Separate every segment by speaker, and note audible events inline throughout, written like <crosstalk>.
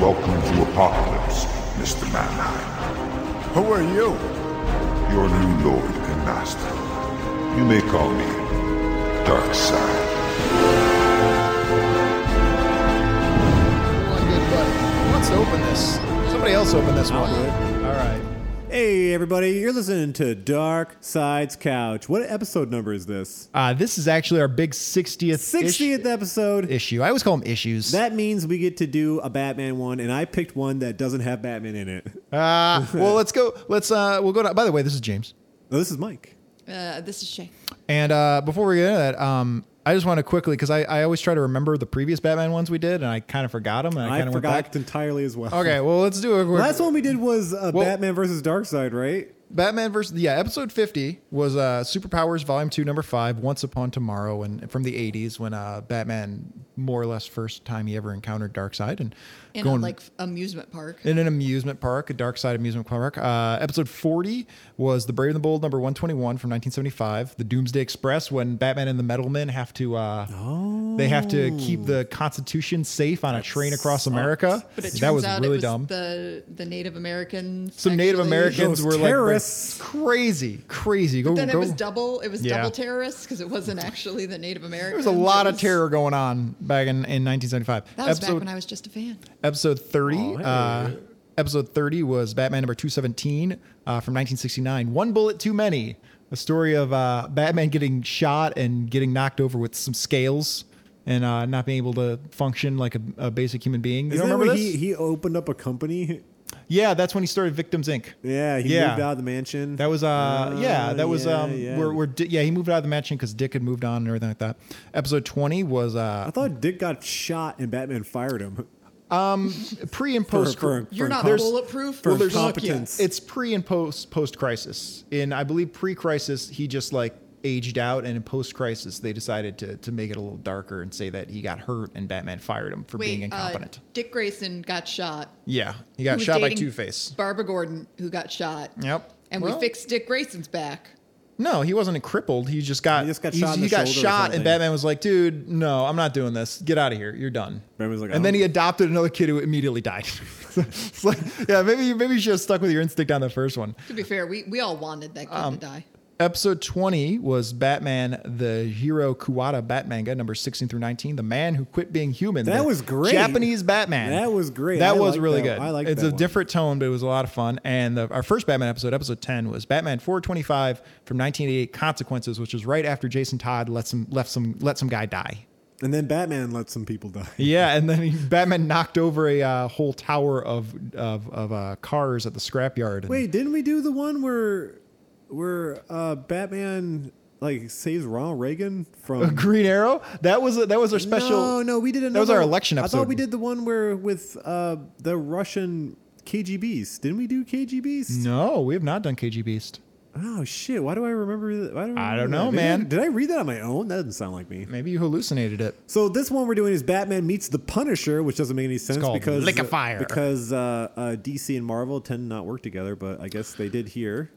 Speaker 1: Welcome to Apocalypse, Mr. Manheim.
Speaker 2: Who are you?
Speaker 1: Your new lord and master. You may call me Darkseid.
Speaker 3: One good buddy. Let's open this. Somebody else open this one. All right.
Speaker 4: Hey, everybody, you're listening to Dark Sides Couch. What episode number is this?
Speaker 3: Uh, this is actually our big 60th,
Speaker 4: 60th episode.
Speaker 3: issue. I always call them issues.
Speaker 4: That means we get to do a Batman one, and I picked one that doesn't have Batman
Speaker 3: <laughs>
Speaker 4: in it.
Speaker 3: uh, well, let's go. Let's uh, we'll go. To, by the way, this is James.
Speaker 4: No, this is Mike.
Speaker 5: Uh, this is Shay.
Speaker 3: And uh, before we get into that, um, I just want to quickly because I, I always try to remember the previous Batman ones we did, and I kind of forgot them. And I
Speaker 4: I,
Speaker 3: kind of went
Speaker 4: forgot
Speaker 3: back.
Speaker 4: entirely as well.
Speaker 3: Okay, well, let's do a quick.
Speaker 4: Last one we did was uh,
Speaker 3: Well-
Speaker 4: Batman versus Darkseid, right?
Speaker 3: Batman versus yeah, episode fifty was uh, Superpowers Volume Two, Number Five, Once Upon Tomorrow, and from the eighties when uh, Batman more or less first time he ever encountered Darkseid and
Speaker 5: In a, like amusement park.
Speaker 3: in an amusement park, a dark side amusement park. Uh, episode 40 was The Brave and the Bold, number 121 from 1975. The Doomsday Express, when Batman and the Metal Men have to, uh, they have to keep the Constitution safe on a train across America.
Speaker 5: Oh. But it turns
Speaker 3: that was
Speaker 5: out
Speaker 3: really
Speaker 5: it was
Speaker 3: dumb.
Speaker 5: the the Native Americans.
Speaker 3: Some Native
Speaker 5: actually-
Speaker 3: Americans
Speaker 4: Those
Speaker 3: were
Speaker 4: terrorists.
Speaker 3: like crazy, crazy. Go,
Speaker 5: Then it
Speaker 3: go.
Speaker 5: was double. It was
Speaker 3: Yeah.
Speaker 5: double terrorists because it wasn't actually the Native
Speaker 3: there
Speaker 5: Americans.
Speaker 3: was a lot
Speaker 5: It
Speaker 3: of
Speaker 5: was-
Speaker 3: terror going on back in, in 1975.
Speaker 5: That was
Speaker 3: Episode-
Speaker 5: back when I was just a fan.
Speaker 3: Episode 30.
Speaker 4: Oh, hey.
Speaker 3: uh, episode 30 was Batman number 217 uh, from 1969. One bullet too many. A story of uh, Batman getting shot and getting knocked over with some scales and uh, not being able to function like a, a basic human being. You
Speaker 4: Isn't
Speaker 3: don't
Speaker 4: that
Speaker 3: remember
Speaker 4: when
Speaker 3: this?
Speaker 4: He, he opened up a company.
Speaker 3: yeah, that's when he started Victims Inc.
Speaker 4: Yeah, he
Speaker 3: Yeah.
Speaker 4: moved out of the mansion.
Speaker 3: That was uh, yeah, that was
Speaker 4: Oh, yeah,
Speaker 3: um
Speaker 4: yeah.
Speaker 3: where where Di- yeah, he moved out of the mansion because Dick had moved on and everything like that. Episode 20 was uh
Speaker 4: I thought Dick got shot and Batman fired him. <laughs>
Speaker 3: pre and
Speaker 4: For,
Speaker 3: post
Speaker 4: for,
Speaker 5: You're
Speaker 4: for
Speaker 5: not
Speaker 4: incom-
Speaker 5: bulletproof.
Speaker 4: for
Speaker 5: Fuck yeah.
Speaker 4: incompetence.
Speaker 3: It's pre and post post crisis. In I believe pre crisis, he just like aged out, and in post crisis, they decided to to make it a little darker and say that he got hurt and Batman fired him for being
Speaker 5: Wait, uh,
Speaker 3: incompetent.
Speaker 5: Dick Grayson got shot.
Speaker 3: yeah, he
Speaker 5: Who
Speaker 3: got
Speaker 5: was
Speaker 3: shot by
Speaker 5: dating
Speaker 3: Two Face.
Speaker 5: Barbara Gordon, who got shot.
Speaker 3: Yep.
Speaker 5: And
Speaker 3: Well-
Speaker 5: we fixed Dick Grayson's back.
Speaker 3: No, he wasn't crippled. He just got
Speaker 4: He just got
Speaker 3: he-
Speaker 4: shot in
Speaker 3: he
Speaker 4: the
Speaker 3: got
Speaker 4: shoulder or
Speaker 3: shot,
Speaker 4: something.
Speaker 3: and Batman was like, "Dude, no, I'm not doing this. Get out of here. You're done."
Speaker 4: Batman was like,
Speaker 3: and then
Speaker 4: "I
Speaker 3: he
Speaker 4: don't-"
Speaker 3: adopted another kid who immediately died. <laughs> it's like, yeah, maybe you maybe you should have stuck with your instinct on the first one.
Speaker 5: To be fair, we, we all wanted that kid
Speaker 3: Um,
Speaker 5: to die.
Speaker 3: Episode 20 was Batman the Hero Kuwata Batmanga, number 16 through 19, The Man Who Quit Being Human.
Speaker 4: That
Speaker 3: the
Speaker 4: was great.
Speaker 3: Japanese Batman.
Speaker 4: That was great.
Speaker 3: That
Speaker 4: I
Speaker 3: was
Speaker 4: liked
Speaker 3: really good.
Speaker 4: that- I liked
Speaker 3: It's
Speaker 4: that
Speaker 3: a
Speaker 4: one.
Speaker 3: different tone, but it was a lot of fun. And the, our first Batman episode, episode 10, was Batman 425 from 1988, Consequences, which was right after Jason Todd let some, left some, let some guy die.
Speaker 4: and then Batman let some people die.
Speaker 3: Yeah, <laughs> and then he, Batman knocked over a uh, whole tower of of, of uh, cars at the scrapyard. And
Speaker 4: Wait, didn't we do the one where where uh, Batman like saves Ronald Reagan from
Speaker 3: <laughs>
Speaker 4: <laughs>
Speaker 3: Green Arrow? That was that was our special.
Speaker 4: No, no, we did another.
Speaker 3: That was our election episode.
Speaker 4: I thought we did the one where with uh, the Russian KGBs. Didn't we do KGBs?
Speaker 3: No, we have not done KG Beast.
Speaker 4: Oh shit! Why do I remember that? Why do
Speaker 3: I
Speaker 4: remember
Speaker 3: don't
Speaker 4: that?
Speaker 3: know,
Speaker 4: Maybe
Speaker 3: man.
Speaker 4: Did I read that on my own? That doesn't sound like me.
Speaker 3: Maybe you hallucinated it.
Speaker 4: So this one we're doing is Batman meets the Punisher, which doesn't make any sense
Speaker 3: called
Speaker 4: because
Speaker 3: Lick of Fire.
Speaker 4: because uh, uh, DC and Marvel tend to not work together, but I guess they did here.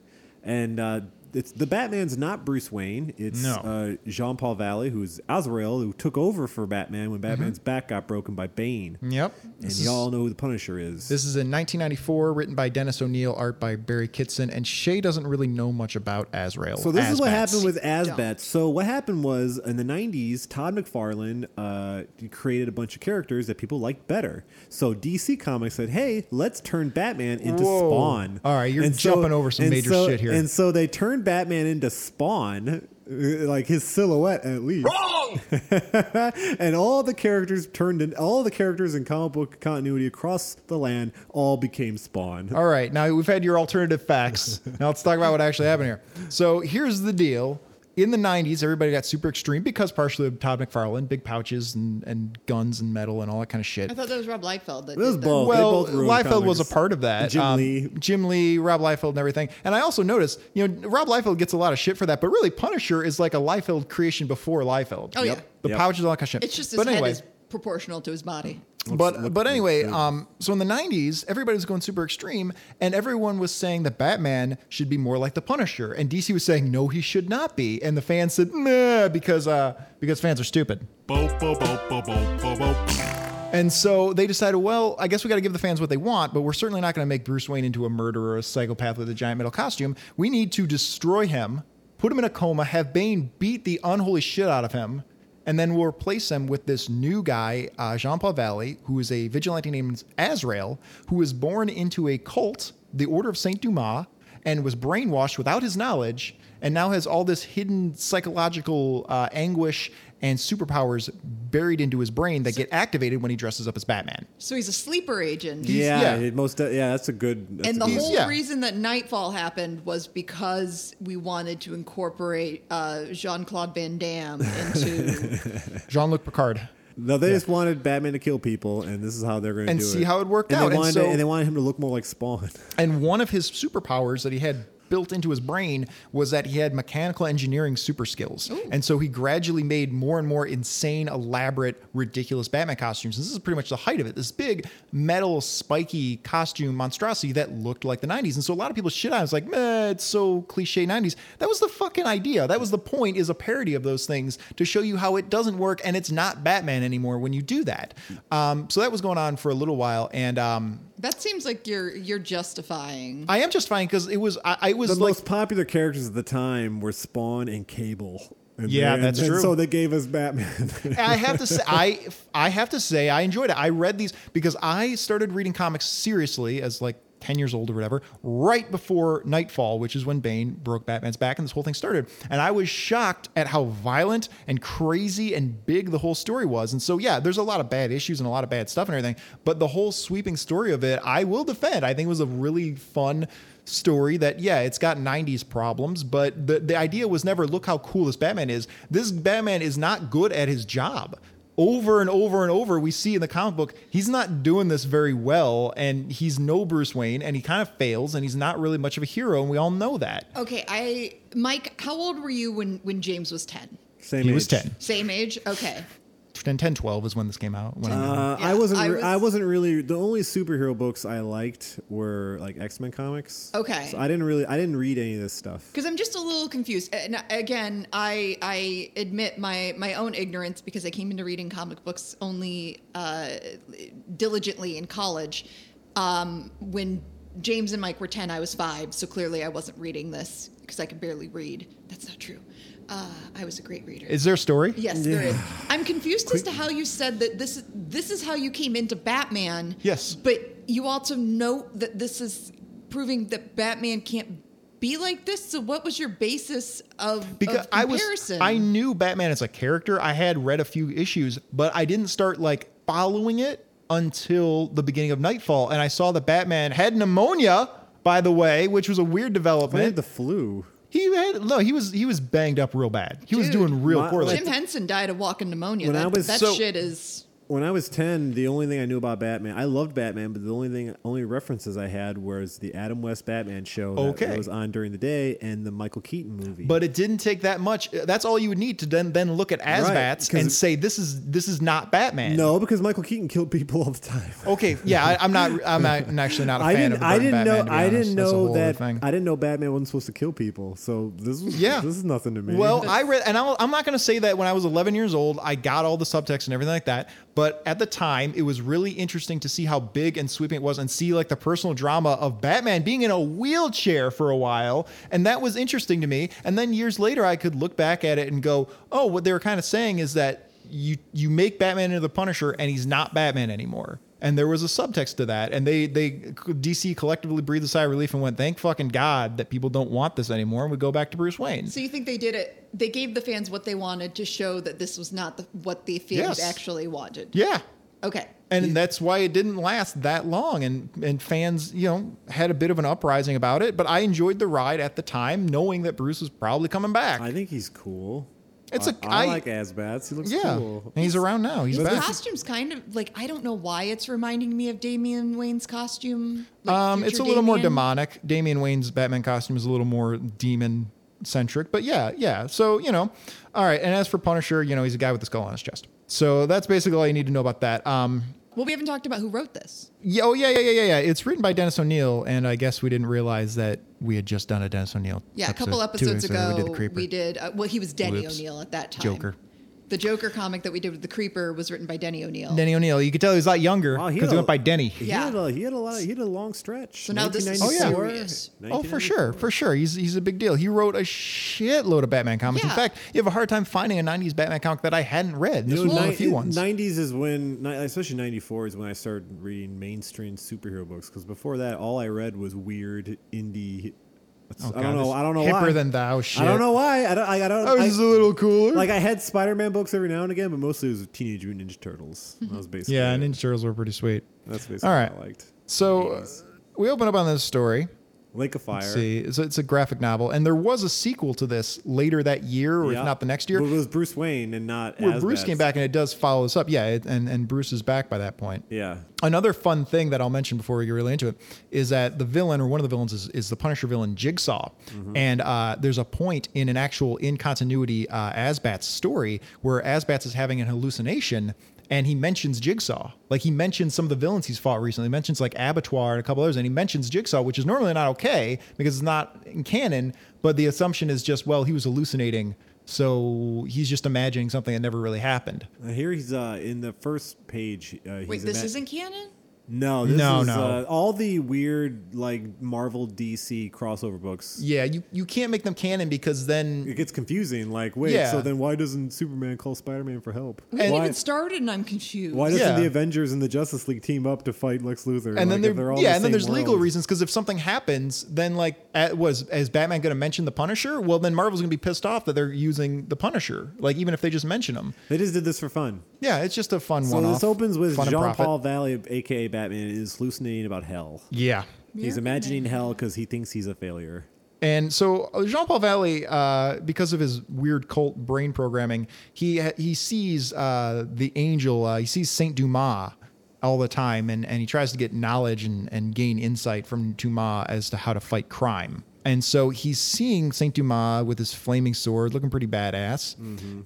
Speaker 4: And uh, it's the Batman's not Bruce Wayne; it's
Speaker 3: No.
Speaker 4: uh, Jean Paul Valley, who's Azrael, who took over for Batman
Speaker 3: Mm-hmm.
Speaker 4: when Batman's back got broken by Bane.
Speaker 3: Yep.
Speaker 4: And
Speaker 3: This is,
Speaker 4: y'all know who the Punisher is.
Speaker 3: this is in 1994, written by Dennis O'Neill, art by Barry Kitson, and Shay doesn't really know much about Azrael.
Speaker 4: So this is what
Speaker 3: Azbats.
Speaker 4: happened with Azbats. So what happened was in the '90s, Todd McFarlane uh, created a bunch of characters that people liked better. So DC Comics said, "Hey, let's turn Batman into
Speaker 3: Whoa.
Speaker 4: Spawn."
Speaker 3: All right, you're
Speaker 4: so-
Speaker 3: jumping over some
Speaker 4: and
Speaker 3: major
Speaker 4: so-
Speaker 3: shit here.
Speaker 4: And so they turned Batman into Spawn, uh, like his silhouette at least. Wrong. <laughs> and all the characters turned in all the characters in comic book continuity across the land all became Spawn.
Speaker 3: All right, now we've had your alternative
Speaker 4: <laughs>
Speaker 3: facts. now let's talk about what actually happened here. So here's the deal. In the 90s, everybody got super extreme because partially of Todd McFarlane, big pouches and, and guns and metal and all that kind of shit.
Speaker 5: I thought that was Rob Liefeld. That
Speaker 4: It was
Speaker 5: did that.
Speaker 4: both. They
Speaker 3: well,
Speaker 4: both ruined
Speaker 3: Liefeld was a
Speaker 4: comics.
Speaker 3: part of that. um,
Speaker 4: Jim Lee.
Speaker 3: Jim Lee, Rob Liefeld, and everything. And I also noticed, you know, Rob Liefeld gets a lot of shit for that, but really, Punisher is like a Liefeld creation before Liefeld.
Speaker 5: Oh, Yep. yeah.
Speaker 3: the
Speaker 4: Yep.
Speaker 3: pouches, all that kind of shit.
Speaker 5: It's just his
Speaker 3: but
Speaker 5: head
Speaker 3: anyway,
Speaker 5: is proportional to his body.
Speaker 3: but but anyway, um, so in the '90s, everybody was going super extreme, and everyone was saying that Batman should be more like the Punisher, and DC was saying no, he should not be, and the fans said nah because uh because fans are stupid. And so they decided, well, I guess we got to give the fans what they want, but we're certainly not going to make Bruce Wayne into a murderer, a psychopath with a giant metal costume. We need to destroy him, put him in a coma, have Bane beat the unholy shit out of him, and then we'll replace him with this new guy, uh, Jean Paul Valley, who is a vigilante named Azrael, who was born into a cult, the Order of Saint Dumas, and was brainwashed without his knowledge, and now has all this hidden psychological uh, anguish and superpowers buried into his brain that get activated when he dresses up as Batman.
Speaker 5: So he's a sleeper agent.
Speaker 4: yeah,
Speaker 3: yeah.
Speaker 4: It most yeah, that's a good. That's
Speaker 5: and
Speaker 4: a
Speaker 5: the
Speaker 4: good
Speaker 5: whole
Speaker 3: yeah.
Speaker 5: reason that Nightfall happened was because we wanted to incorporate uh, Jean Claude Van Damme into.
Speaker 3: Jean Luc Picard.
Speaker 4: No, they just wanted Batman to kill people, and this is how they're going to
Speaker 3: And
Speaker 4: do it.
Speaker 3: see how it worked
Speaker 4: and
Speaker 3: out,
Speaker 4: They
Speaker 3: and
Speaker 4: wanted
Speaker 3: so-
Speaker 4: and they wanted him to look more like Spawn. <laughs>
Speaker 3: And one of his superpowers that he had built into his brain was that he had mechanical engineering super skills. And so he gradually made more and more insane, elaborate, ridiculous Batman costumes. This is pretty much the height of it. This big metal spiky costume monstrosity that looked like the 90s. And so a lot of people shit on it. It's like, meh, it's so cliche 90s. That was the fucking idea. That was the point is a parody of those things to show you how it doesn't work and it's not Batman anymore when you do that. Um, so that was going on for a little while. And um,
Speaker 5: that seems like you're you're justifying.
Speaker 3: I am just fine because it was I, I was
Speaker 4: The
Speaker 3: like
Speaker 4: most popular characters at the time were Spawn and Cable. And
Speaker 3: Yeah,
Speaker 4: they-
Speaker 3: that's
Speaker 4: and
Speaker 3: true.
Speaker 4: So they gave us Batman. <laughs>
Speaker 3: I have to say I I have to say I enjoyed it. I read these because I started reading comics seriously as like 10 years old or whatever, right before Nightfall, which is when Bane broke Batman's back and this whole thing started. And I was shocked at how violent and crazy and big the whole story was. And so yeah, there's a lot of bad issues and a lot of bad stuff and everything, but the whole sweeping story of it, I will defend. I think it was a really fun story that yeah it's got 90s problems but the, the idea was never look how cool this batman is this batman is not good at his job over and over and over we see in the comic book he's not doing this very well and he's no bruce wayne and he kind of fails and he's not really much of a hero and we all know that
Speaker 5: Okay, I Mike, how old were you when when James was ten?
Speaker 4: Same
Speaker 3: he was
Speaker 4: age.
Speaker 3: 10
Speaker 5: Same age. Okay,
Speaker 3: 10 10 12 is when this came out when I-
Speaker 4: Uh,
Speaker 5: Yeah,
Speaker 4: I wasn't.
Speaker 5: I
Speaker 4: re-
Speaker 5: was-
Speaker 4: I wasn't really. The only superhero books I liked were like X Men comics.
Speaker 5: Okay.
Speaker 4: So I didn't really. I didn't read any of this stuff.
Speaker 5: because I'm just a little confused. And again, I I admit my my own ignorance because I came into reading comic books only uh, diligently in college. Um, when James and Mike were ten, I was five, so clearly I wasn't reading this because I could barely read. That's not true. Uh, I was a great reader.
Speaker 3: is there a story
Speaker 5: Yes, there is. I'm confused as to how you said that this this is how you came into Batman.
Speaker 3: Yes.
Speaker 5: But you also note that this is proving that Batman can't be like this. So what was your basis of,
Speaker 3: because
Speaker 5: of
Speaker 3: I was
Speaker 5: comparison?
Speaker 3: I knew Batman as a character. I had read a few issues, but I didn't start like following it until the beginning of Nightfall, and I saw that Batman had pneumonia. By the way, which was a weird
Speaker 4: I had
Speaker 3: development.
Speaker 4: the flu.
Speaker 3: he had no. He was he was banged up real bad. He was
Speaker 5: Dude,
Speaker 3: doing real
Speaker 4: my-
Speaker 3: poorly.
Speaker 5: Jim Henson died of walking pneumonia.
Speaker 4: When
Speaker 5: that
Speaker 4: I was-
Speaker 5: that
Speaker 3: so-
Speaker 5: shit is
Speaker 4: When I was ten, the only thing I knew about Batman, I loved Batman, but the only thing, only references I had was the Adam West Batman show that
Speaker 3: Okay.
Speaker 4: was on during the day and the Michael Keaton movie.
Speaker 3: but it didn't take that much. That's all you would need to then then look at Asbats
Speaker 4: 'cause
Speaker 3: and
Speaker 4: it-
Speaker 3: say this is this is not Batman.
Speaker 4: no, because Michael Keaton killed people all the time.
Speaker 3: Okay. Yeah, I, I'm not. I'm not <laughs> I'm actually not a
Speaker 4: <laughs> I
Speaker 3: fan of.
Speaker 4: didn't. I
Speaker 3: Burton
Speaker 4: didn't
Speaker 3: Batman, to
Speaker 4: know.
Speaker 3: be
Speaker 4: I
Speaker 3: honest.
Speaker 4: didn't
Speaker 3: That's a
Speaker 4: know
Speaker 3: whole other
Speaker 4: that.
Speaker 3: thing.
Speaker 4: I didn't know Batman wasn't supposed to kill people. So this was.
Speaker 3: Yeah.
Speaker 4: This is nothing to me.
Speaker 3: Well, I read, and I'll, I'm not going to say that when I was 11 years old, I got all the subtext and everything like that. But at the time, it was really interesting to see how big and sweeping it was, and see like the personal drama of Batman being in a wheelchair for a while, and that was interesting to me. And then years later, I could look back at it and go, "Oh, what they were kind of saying is that you you make Batman into the Punisher, and he's not Batman anymore." And there was a subtext to that, and they they DC collectively breathed a sigh of relief and went, "Thank fucking God that people don't want this anymore." And we go back to Bruce Wayne.
Speaker 5: so you think they did it they gave the fans what they wanted to show that this was not the, what the fans
Speaker 3: Yes.
Speaker 5: actually wanted.
Speaker 3: Yeah,
Speaker 5: Okay.
Speaker 3: and that's why it didn't last that long and and fans you know had a bit of an uprising about it but i enjoyed the ride at the time knowing that bruce was probably coming back
Speaker 4: I think he's cool.
Speaker 3: It's a-
Speaker 4: I, I
Speaker 3: I-
Speaker 4: like Asbats. He looks
Speaker 3: yeah
Speaker 4: cool.
Speaker 3: and he's around now he's
Speaker 5: His
Speaker 3: back
Speaker 5: costume's kind of like I don't know why it's reminding me of Damian Wayne's costume. like
Speaker 3: um it's a
Speaker 5: future
Speaker 3: little more
Speaker 5: Damian.
Speaker 3: demonic damian wayne's batman costume is a little more demon centric but yeah yeah so you know all right and as for punisher you know he's a guy with a skull on his chest so that's basically all you need to know about that um
Speaker 5: Well, we haven't talked about who wrote this.
Speaker 3: Yeah, oh yeah, yeah, yeah, yeah, yeah. It's written by Dennis O'Neill, and I guess we didn't realize that we had just done a Dennis O'Neill.
Speaker 5: Yeah, a couple
Speaker 3: episode- two
Speaker 5: episodes ago
Speaker 3: we did the creeper.
Speaker 5: we did. Uh, well, he was Denny
Speaker 3: Whoops.
Speaker 5: O'Neill at that time.
Speaker 3: Joker.
Speaker 5: The Joker comic that we did with the Creeper was written by Denny O'Neil.
Speaker 3: Denny O'Neill. You could tell he was a lot younger because
Speaker 4: Wow, Oh, he
Speaker 3: he,
Speaker 4: had a-
Speaker 3: went by Denny.
Speaker 4: He
Speaker 5: Yeah.
Speaker 4: had a, he had a lot. He had a long stretch.
Speaker 5: So now this is
Speaker 4: 1994,
Speaker 5: serious.
Speaker 3: Oh, for sure, for sure. He's he's a big deal. He wrote a shitload of Batman comics. In
Speaker 5: Yeah.
Speaker 3: fact, you have a hard time finding a '90s Batman comic that I hadn't read. This
Speaker 4: You know,
Speaker 3: was one of the
Speaker 4: ni-
Speaker 3: few ones.
Speaker 4: 90s is when, ni- especially 94 is when I started reading mainstream superhero books. Because before that, all I read was weird indie. I
Speaker 3: Oh, God,
Speaker 4: don't know.
Speaker 3: this
Speaker 4: I don't know
Speaker 3: hipper
Speaker 4: why.
Speaker 3: than thou
Speaker 4: I
Speaker 3: shit.
Speaker 4: don't know why. I don't. I, I don't.
Speaker 3: I was just a little cooler.
Speaker 4: Like I had Spider-Man books every now and again, but mostly it was Teenage Mutant Ninja Turtles. That
Speaker 3: <laughs>
Speaker 4: was basically.
Speaker 3: yeah,
Speaker 4: it.
Speaker 3: Ninja Turtles were pretty sweet.
Speaker 4: That's basically
Speaker 3: All right.
Speaker 4: what I liked.
Speaker 3: So uh, we open up on this story.
Speaker 4: Lake of Fire.
Speaker 3: Let's see, it's, it's a graphic novel, and there was a sequel to this later that year, or
Speaker 4: Yeah.
Speaker 3: if not the next year.
Speaker 4: But it was Bruce Wayne and not
Speaker 3: where
Speaker 4: as
Speaker 3: Bruce
Speaker 4: bad.
Speaker 3: came back, and it does follow this up. Yeah, it, and and Bruce is back by that point.
Speaker 4: Yeah.
Speaker 3: Another fun thing that I'll mention before we get really into it is that the villain or one of the villains is, is the Punisher villain Jigsaw, and uh, there's a point in an actual in continuity uh, Asbats story where Asbats is having an hallucination. And he mentions Jigsaw. Like he mentions some of the villains he's fought recently. He mentions like Abattoir and a couple others, and he mentions Jigsaw, which is normally not okay because it's not in canon. But the assumption is just, well, he was hallucinating, so he's just imagining something that never really happened.
Speaker 4: Uh, Here he's uh, in the first page. Uh, he's
Speaker 5: Wait, this
Speaker 4: ima-
Speaker 5: isn't canon?
Speaker 4: No, this
Speaker 3: No,
Speaker 4: is,
Speaker 3: no.
Speaker 4: Uh, all the weird like Marvel DC crossover books.
Speaker 3: Yeah, you, you can't make them canon because then
Speaker 4: It gets confusing. Like, wait,
Speaker 3: Yeah.
Speaker 4: so then why doesn't Superman call Spider-Man for help?
Speaker 5: We haven't
Speaker 4: why,
Speaker 5: even started, and I'm confused.
Speaker 4: why doesn't
Speaker 3: Yeah.
Speaker 4: the Avengers and the Justice League team up to fight Lex Luthor?
Speaker 3: and
Speaker 4: like,
Speaker 3: then
Speaker 4: if they're
Speaker 3: there,
Speaker 4: all in
Speaker 3: yeah,
Speaker 4: the
Speaker 3: and then there's
Speaker 4: same
Speaker 3: legal
Speaker 4: world?
Speaker 3: reasons because if something happens, then like at, was is Batman going to mention the Punisher? Well, then Marvel's going to be pissed off that they're using the Punisher, like even if they just mention him.
Speaker 4: They just did this for fun.
Speaker 3: Yeah, it's just a fun
Speaker 4: So
Speaker 3: one.
Speaker 4: this opens with
Speaker 3: fun and
Speaker 4: Jean
Speaker 3: profit.
Speaker 4: Paul Valley, aka Batman, is hallucinating about hell.
Speaker 3: Yeah,
Speaker 4: He's
Speaker 5: Miracle
Speaker 4: imagining
Speaker 5: Man.
Speaker 4: hell because he thinks he's a failure.
Speaker 3: and so Jean Paul Valley, uh, because of his weird cult brain programming, he he sees uh, the angel. Uh, he sees Saint Dumas all the time, and and he tries to get knowledge and and gain insight from Dumas as to how to fight crime. And so he's seeing Saint Dumas with his flaming sword, looking pretty badass,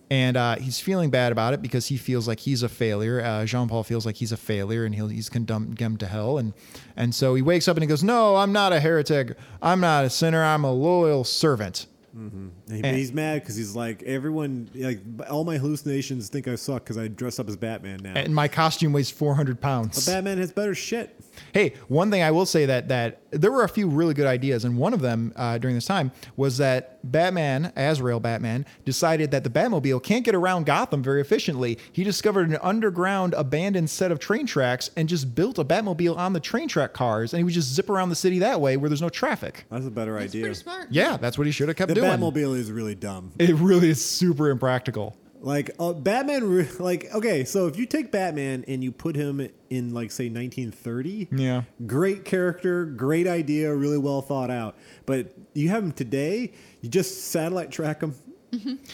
Speaker 3: and uh, he's feeling bad about it because he feels like he's a failure. Uh, Jean Paul feels like he's a failure, and he'll, he's condemned him to hell. And and so he wakes up and he goes, "No, I'm not a heretic. I'm not a sinner. I'm a loyal servant."
Speaker 4: And he- he's mad because he's like everyone, like all my hallucinations think I suck because I dress up as Batman now.
Speaker 3: And my costume weighs 400 pounds.
Speaker 4: but Batman has better shit.
Speaker 3: Hey, one thing I will say that that there were a few really good ideas, and one of them uh, during this time was that Batman, Azrael Batman, decided that the Batmobile can't get around Gotham very efficiently. He discovered an underground abandoned set of train tracks and just built a Batmobile on the train track cars, and he would just zip around the city that way where there's no traffic.
Speaker 4: That's a better
Speaker 5: That's
Speaker 4: idea.
Speaker 5: pretty smart.
Speaker 3: Yeah, that's what he should have kept
Speaker 4: The
Speaker 3: doing.
Speaker 4: Batmobile is really dumb.
Speaker 3: It really is super impractical.
Speaker 4: Like uh, Batman, re- like okay, so if you take Batman and you put him in like say 1930,
Speaker 3: Yeah.
Speaker 4: great character, great idea, really well thought out. But you have him today, you just satellite track him. <laughs>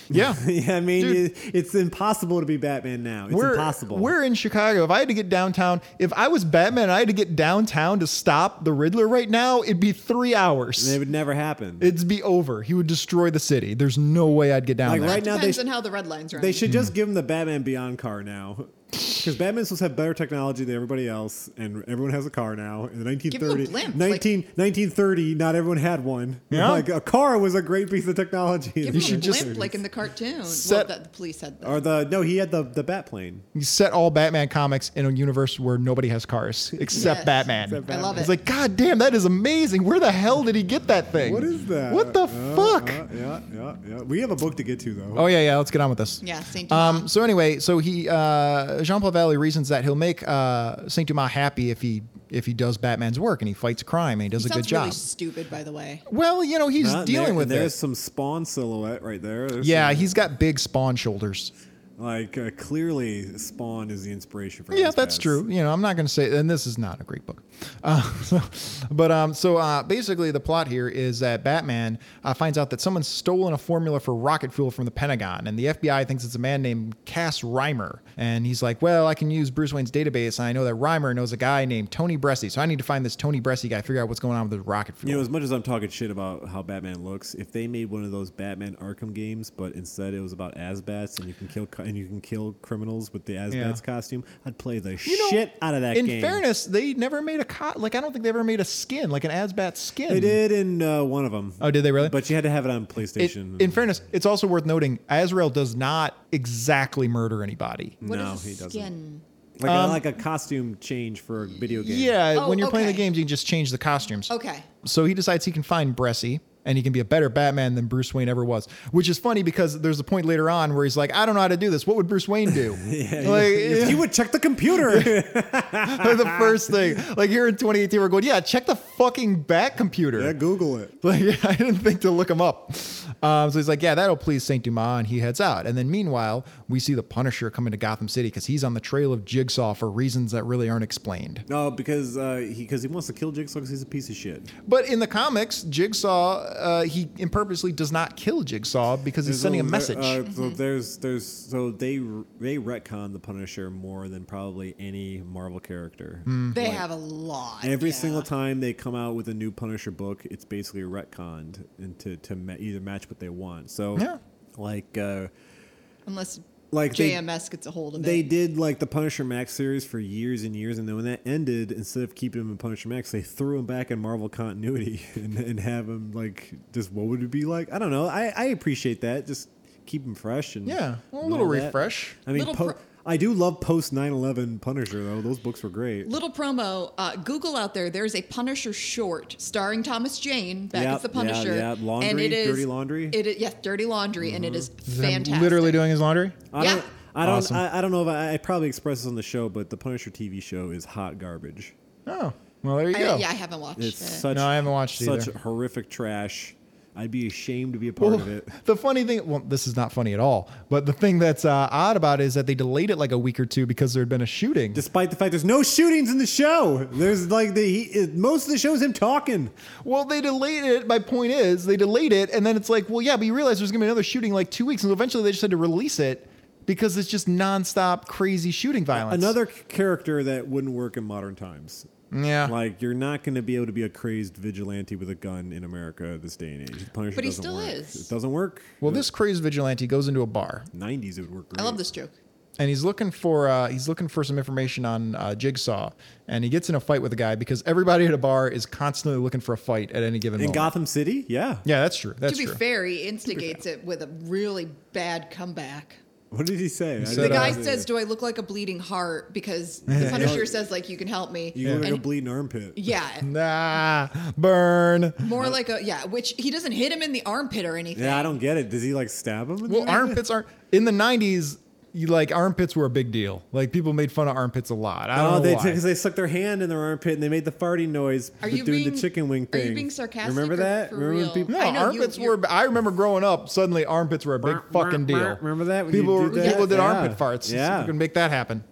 Speaker 3: Yeah.
Speaker 4: yeah, I mean,
Speaker 3: Dude.
Speaker 4: it, it's impossible to be Batman now. It's impossible.
Speaker 3: We're in Chicago. If I had to get downtown, if I was Batman and I had to get downtown to stop the Riddler right now, it'd be three hours.
Speaker 4: it would never happen.
Speaker 3: It'd be over. He would destroy the city. There's no way I'd get down
Speaker 4: Like,
Speaker 3: there.
Speaker 4: right now, they
Speaker 5: Depends
Speaker 4: sh-
Speaker 5: on how the red lines run.
Speaker 4: They should just give him the Batman Beyond car now. Because Batman's supposed to have better technology than everybody else, and everyone has a car now. In the 1930,
Speaker 5: Give him a blimp,
Speaker 4: 19, 1930, not everyone had one.
Speaker 3: Yeah.
Speaker 4: Like, a car was a great piece of technology. <laughs>
Speaker 5: Give
Speaker 4: in
Speaker 5: him
Speaker 4: the
Speaker 5: a
Speaker 3: should just-
Speaker 5: blimp like in the cartoon.
Speaker 3: Set-
Speaker 5: well, that the police had that.
Speaker 4: Or the, no, he had the, the bat plane.
Speaker 3: You set all Batman comics in a universe where nobody has
Speaker 4: <laughs>
Speaker 3: cars except
Speaker 5: Yes.
Speaker 3: Batman.
Speaker 4: Except
Speaker 5: I love
Speaker 3: It's
Speaker 5: it.
Speaker 3: like, God damn, that is amazing. Where the hell did he get that thing?
Speaker 4: What is that?
Speaker 3: What the
Speaker 4: Yeah,
Speaker 3: fuck?
Speaker 4: Yeah, Mm. Uh, yeah, yeah, yeah. We have a book to get to, though.
Speaker 3: Oh yeah, yeah. Let's get on with this.
Speaker 5: Yeah, Saint Dumas.
Speaker 3: Um. So anyway, so he uh, Jean Paul Valley reasons that he'll make uh, Saint Dumas happy if he if he does Batman's work and he fights crime and he does
Speaker 5: He
Speaker 3: a good
Speaker 5: sounds
Speaker 3: job.
Speaker 5: really stupid, by the way.
Speaker 3: well, you know he's
Speaker 4: Not
Speaker 3: dealing
Speaker 4: Uh, there-
Speaker 3: with
Speaker 4: There's
Speaker 3: this.
Speaker 4: some spawn silhouette right there. There's
Speaker 3: Yeah,
Speaker 4: some- uh,
Speaker 3: he's got big spawn shoulders.
Speaker 4: Like, uh, clearly, Spawn is the inspiration for
Speaker 3: Yeah,
Speaker 4: his
Speaker 3: that's
Speaker 4: bats.
Speaker 3: true. You know, I'm not going to say, and this is not a great book. <laughs> Uh, so, but um, so uh, basically, the plot here is that Batman uh, finds out that someone's stolen a formula for rocket fuel from the Pentagon, and the FBI thinks it's a man named Cass Reimer. And he's like, Well, I can use Bruce Wayne's database, and I know that Reimer knows a guy named Tony Bressy, so I need to find this Tony Bressy guy, figure out what's going on with the rocket fuel.
Speaker 4: You know, as much as I'm talking shit about how Batman looks, if they made one of those Batman Arkham games, but instead it was about Asbats and you can kill c- co- and you can kill criminals with the Asbats
Speaker 3: Yeah.
Speaker 4: costume. I'd play the
Speaker 3: You know,
Speaker 4: shit out of that
Speaker 3: In
Speaker 4: game.
Speaker 3: fairness, they never made a co- like. I don't think they ever made a skin like an Asbat skin.
Speaker 4: they did in uh, one of them.
Speaker 3: Oh, did they really?
Speaker 4: But you had to have it on
Speaker 3: It-
Speaker 4: PlayStation.
Speaker 3: in fairness, it's also worth noting Azrael does not exactly murder anybody.
Speaker 5: What is
Speaker 4: No,
Speaker 5: a
Speaker 4: he doesn't.
Speaker 5: skin?
Speaker 4: like, a, like a costume change for a video game.
Speaker 3: Um,
Speaker 4: <laughs>
Speaker 3: Yeah,
Speaker 5: Oh,
Speaker 3: when you're playing the
Speaker 5: okay.
Speaker 3: games, you can just change the costumes.
Speaker 5: Okay.
Speaker 3: So he decides he can find Bressy and he can be a better Batman than Bruce Wayne ever was, which is funny because there's a point later on where he's like, I don't know how to do this. What would Bruce Wayne
Speaker 5: <laughs>
Speaker 3: do? <laughs>
Speaker 4: <laughs>
Speaker 3: like,
Speaker 4: He would check
Speaker 3: <laughs>
Speaker 4: the computer. <laughs>
Speaker 3: the first thing. Like here in 2018, we're going, yeah, check the fucking bat computer.
Speaker 4: yeah, Google it.
Speaker 3: <laughs> Like I didn't think to look him up. Um, so he's like, "Yeah, that'll please Saint Dumas," and he heads out. And then meanwhile, we see the Punisher coming to Gotham City because he's on the trail of Jigsaw for reasons that really aren't explained.
Speaker 4: No, because uh, he because he wants to kill Jigsaw because he's a piece of shit.
Speaker 3: But in the comics, Jigsaw uh, he purposely does not kill Jigsaw because he's
Speaker 4: There's
Speaker 3: sending a
Speaker 4: there-
Speaker 3: message.
Speaker 4: uh, So there's there's so they they retcon the Punisher more than probably any Marvel character.
Speaker 3: Hmm.
Speaker 5: They have a lot.
Speaker 4: Every
Speaker 5: yeah.
Speaker 4: single time they come out with a new Punisher book, it's basically retconned and to to ma- either match what they want. So
Speaker 3: Yeah.
Speaker 4: like. Uh,
Speaker 5: Unless
Speaker 4: Like, they-
Speaker 5: JMS gets a hold of
Speaker 4: they
Speaker 5: it.
Speaker 4: did like the Punisher Max series for years and years, and then when that ended, instead of keeping him in Punisher Max, they threw him back in Marvel continuity <laughs> and, and have him like just what would it be like? I don't know. I, I appreciate that. Just keep him fresh and
Speaker 3: Yeah, well, a
Speaker 4: and
Speaker 3: little
Speaker 4: all that.
Speaker 3: refresh.
Speaker 4: I mean,
Speaker 5: Little
Speaker 4: po-
Speaker 5: pro-
Speaker 4: I do love post 9-11 Punisher though. Those books were great.
Speaker 5: Little promo, uh, Google out there. There's a Punisher short starring Thomas Jane back
Speaker 4: Yep,
Speaker 5: as the
Speaker 4: yeah,
Speaker 5: Punisher.
Speaker 4: yeah. Laundry,
Speaker 5: and it is
Speaker 4: Dirty Laundry? Mm-hmm.
Speaker 5: It is, yes, dirty laundry, and it is
Speaker 3: Him
Speaker 5: fantastic.
Speaker 3: Literally doing his laundry.
Speaker 4: I
Speaker 5: Yeah.
Speaker 4: don't. I don't.
Speaker 3: Awesome.
Speaker 4: I, I don't know if I, I probably expressed this on the show, but the Punisher TV show is hot garbage.
Speaker 3: Oh, well, there you
Speaker 5: I,
Speaker 3: go.
Speaker 5: yeah, I haven't watched
Speaker 4: It's
Speaker 5: it.
Speaker 4: such
Speaker 3: No, I haven't watched it
Speaker 4: such
Speaker 3: either.
Speaker 4: horrific trash. I'd be ashamed to be a part of
Speaker 3: Well,
Speaker 4: it.
Speaker 3: The funny thing, well, this is not funny at all, but the thing that's uh, odd about it is that they delayed it like a week or two because there had been a shooting.
Speaker 4: despite the fact there's no shootings in the show. There's like the he, it- most of the show's him talking.
Speaker 3: Well, they delayed it. My point is, they delayed it, and then it's like, well, yeah, but you realize there's gonna be another shooting in, like two weeks, and so eventually they just had to release it because it's just nonstop crazy shooting violence.
Speaker 4: Another c- character that wouldn't work in modern times.
Speaker 3: Mm, yeah,
Speaker 4: Like you're not going to be able to be a crazed vigilante with a gun in America this day and age. The Punisher
Speaker 5: But he
Speaker 4: doesn't
Speaker 5: still
Speaker 4: work.
Speaker 5: is.
Speaker 4: It doesn't work.
Speaker 3: Well,
Speaker 5: uh,
Speaker 4: In the
Speaker 3: this crazed vigilante goes into a bar
Speaker 4: 90s it would work. Great.
Speaker 5: I love this joke.
Speaker 3: and he's looking for uh, he's looking for some information on uh, Jigsaw, and he gets in a fight with a guy because everybody at a bar is constantly looking for a fight at any given
Speaker 4: in
Speaker 3: moment.
Speaker 4: Gotham City. Yeah.
Speaker 3: Oh. yeah, that's true. That's
Speaker 5: to be
Speaker 3: true.
Speaker 5: fair, he instigates it with a really bad comeback.
Speaker 4: What did he say? I
Speaker 3: said,
Speaker 5: The
Speaker 4: didn't
Speaker 3: But, uh,
Speaker 5: guy
Speaker 4: see it.
Speaker 5: says, "Do I look like a bleeding heart?"
Speaker 3: <laughs>
Speaker 5: Because the Punisher says, "Like you can help me."
Speaker 4: "You look like a
Speaker 5: And-
Speaker 4: bleeding armpit."
Speaker 5: yeah,
Speaker 3: Nah, burn. <laughs>
Speaker 5: more like a yeah. Which he doesn't hit him in the armpit or anything.
Speaker 4: Yeah, I don't get it. Does he like stab him? in the
Speaker 3: Well,
Speaker 4: armpit?
Speaker 3: armpits aren't in the '90s. You like armpits were a big deal. Like people made fun of armpits a lot. I don't
Speaker 4: Oh,
Speaker 3: know
Speaker 4: they
Speaker 3: why.
Speaker 4: because they stuck their hand in their armpit and they made the farting noise
Speaker 5: Are
Speaker 4: with
Speaker 5: you
Speaker 4: doing the
Speaker 5: being-
Speaker 4: chicken wing
Speaker 5: are
Speaker 4: thing.
Speaker 5: you being sarcastic
Speaker 4: Remember
Speaker 5: or
Speaker 4: that?
Speaker 5: for
Speaker 4: Remember when
Speaker 5: real?
Speaker 4: people
Speaker 3: No,
Speaker 5: I know, you-
Speaker 3: armpits
Speaker 5: you-
Speaker 3: were. I remember growing up. Suddenly, armpits were a big fucking deal.
Speaker 4: Remember that when you
Speaker 3: people
Speaker 4: did that?
Speaker 3: people did
Speaker 4: Yeah.
Speaker 3: armpit farts.
Speaker 4: Yeah.
Speaker 3: you can make that happen.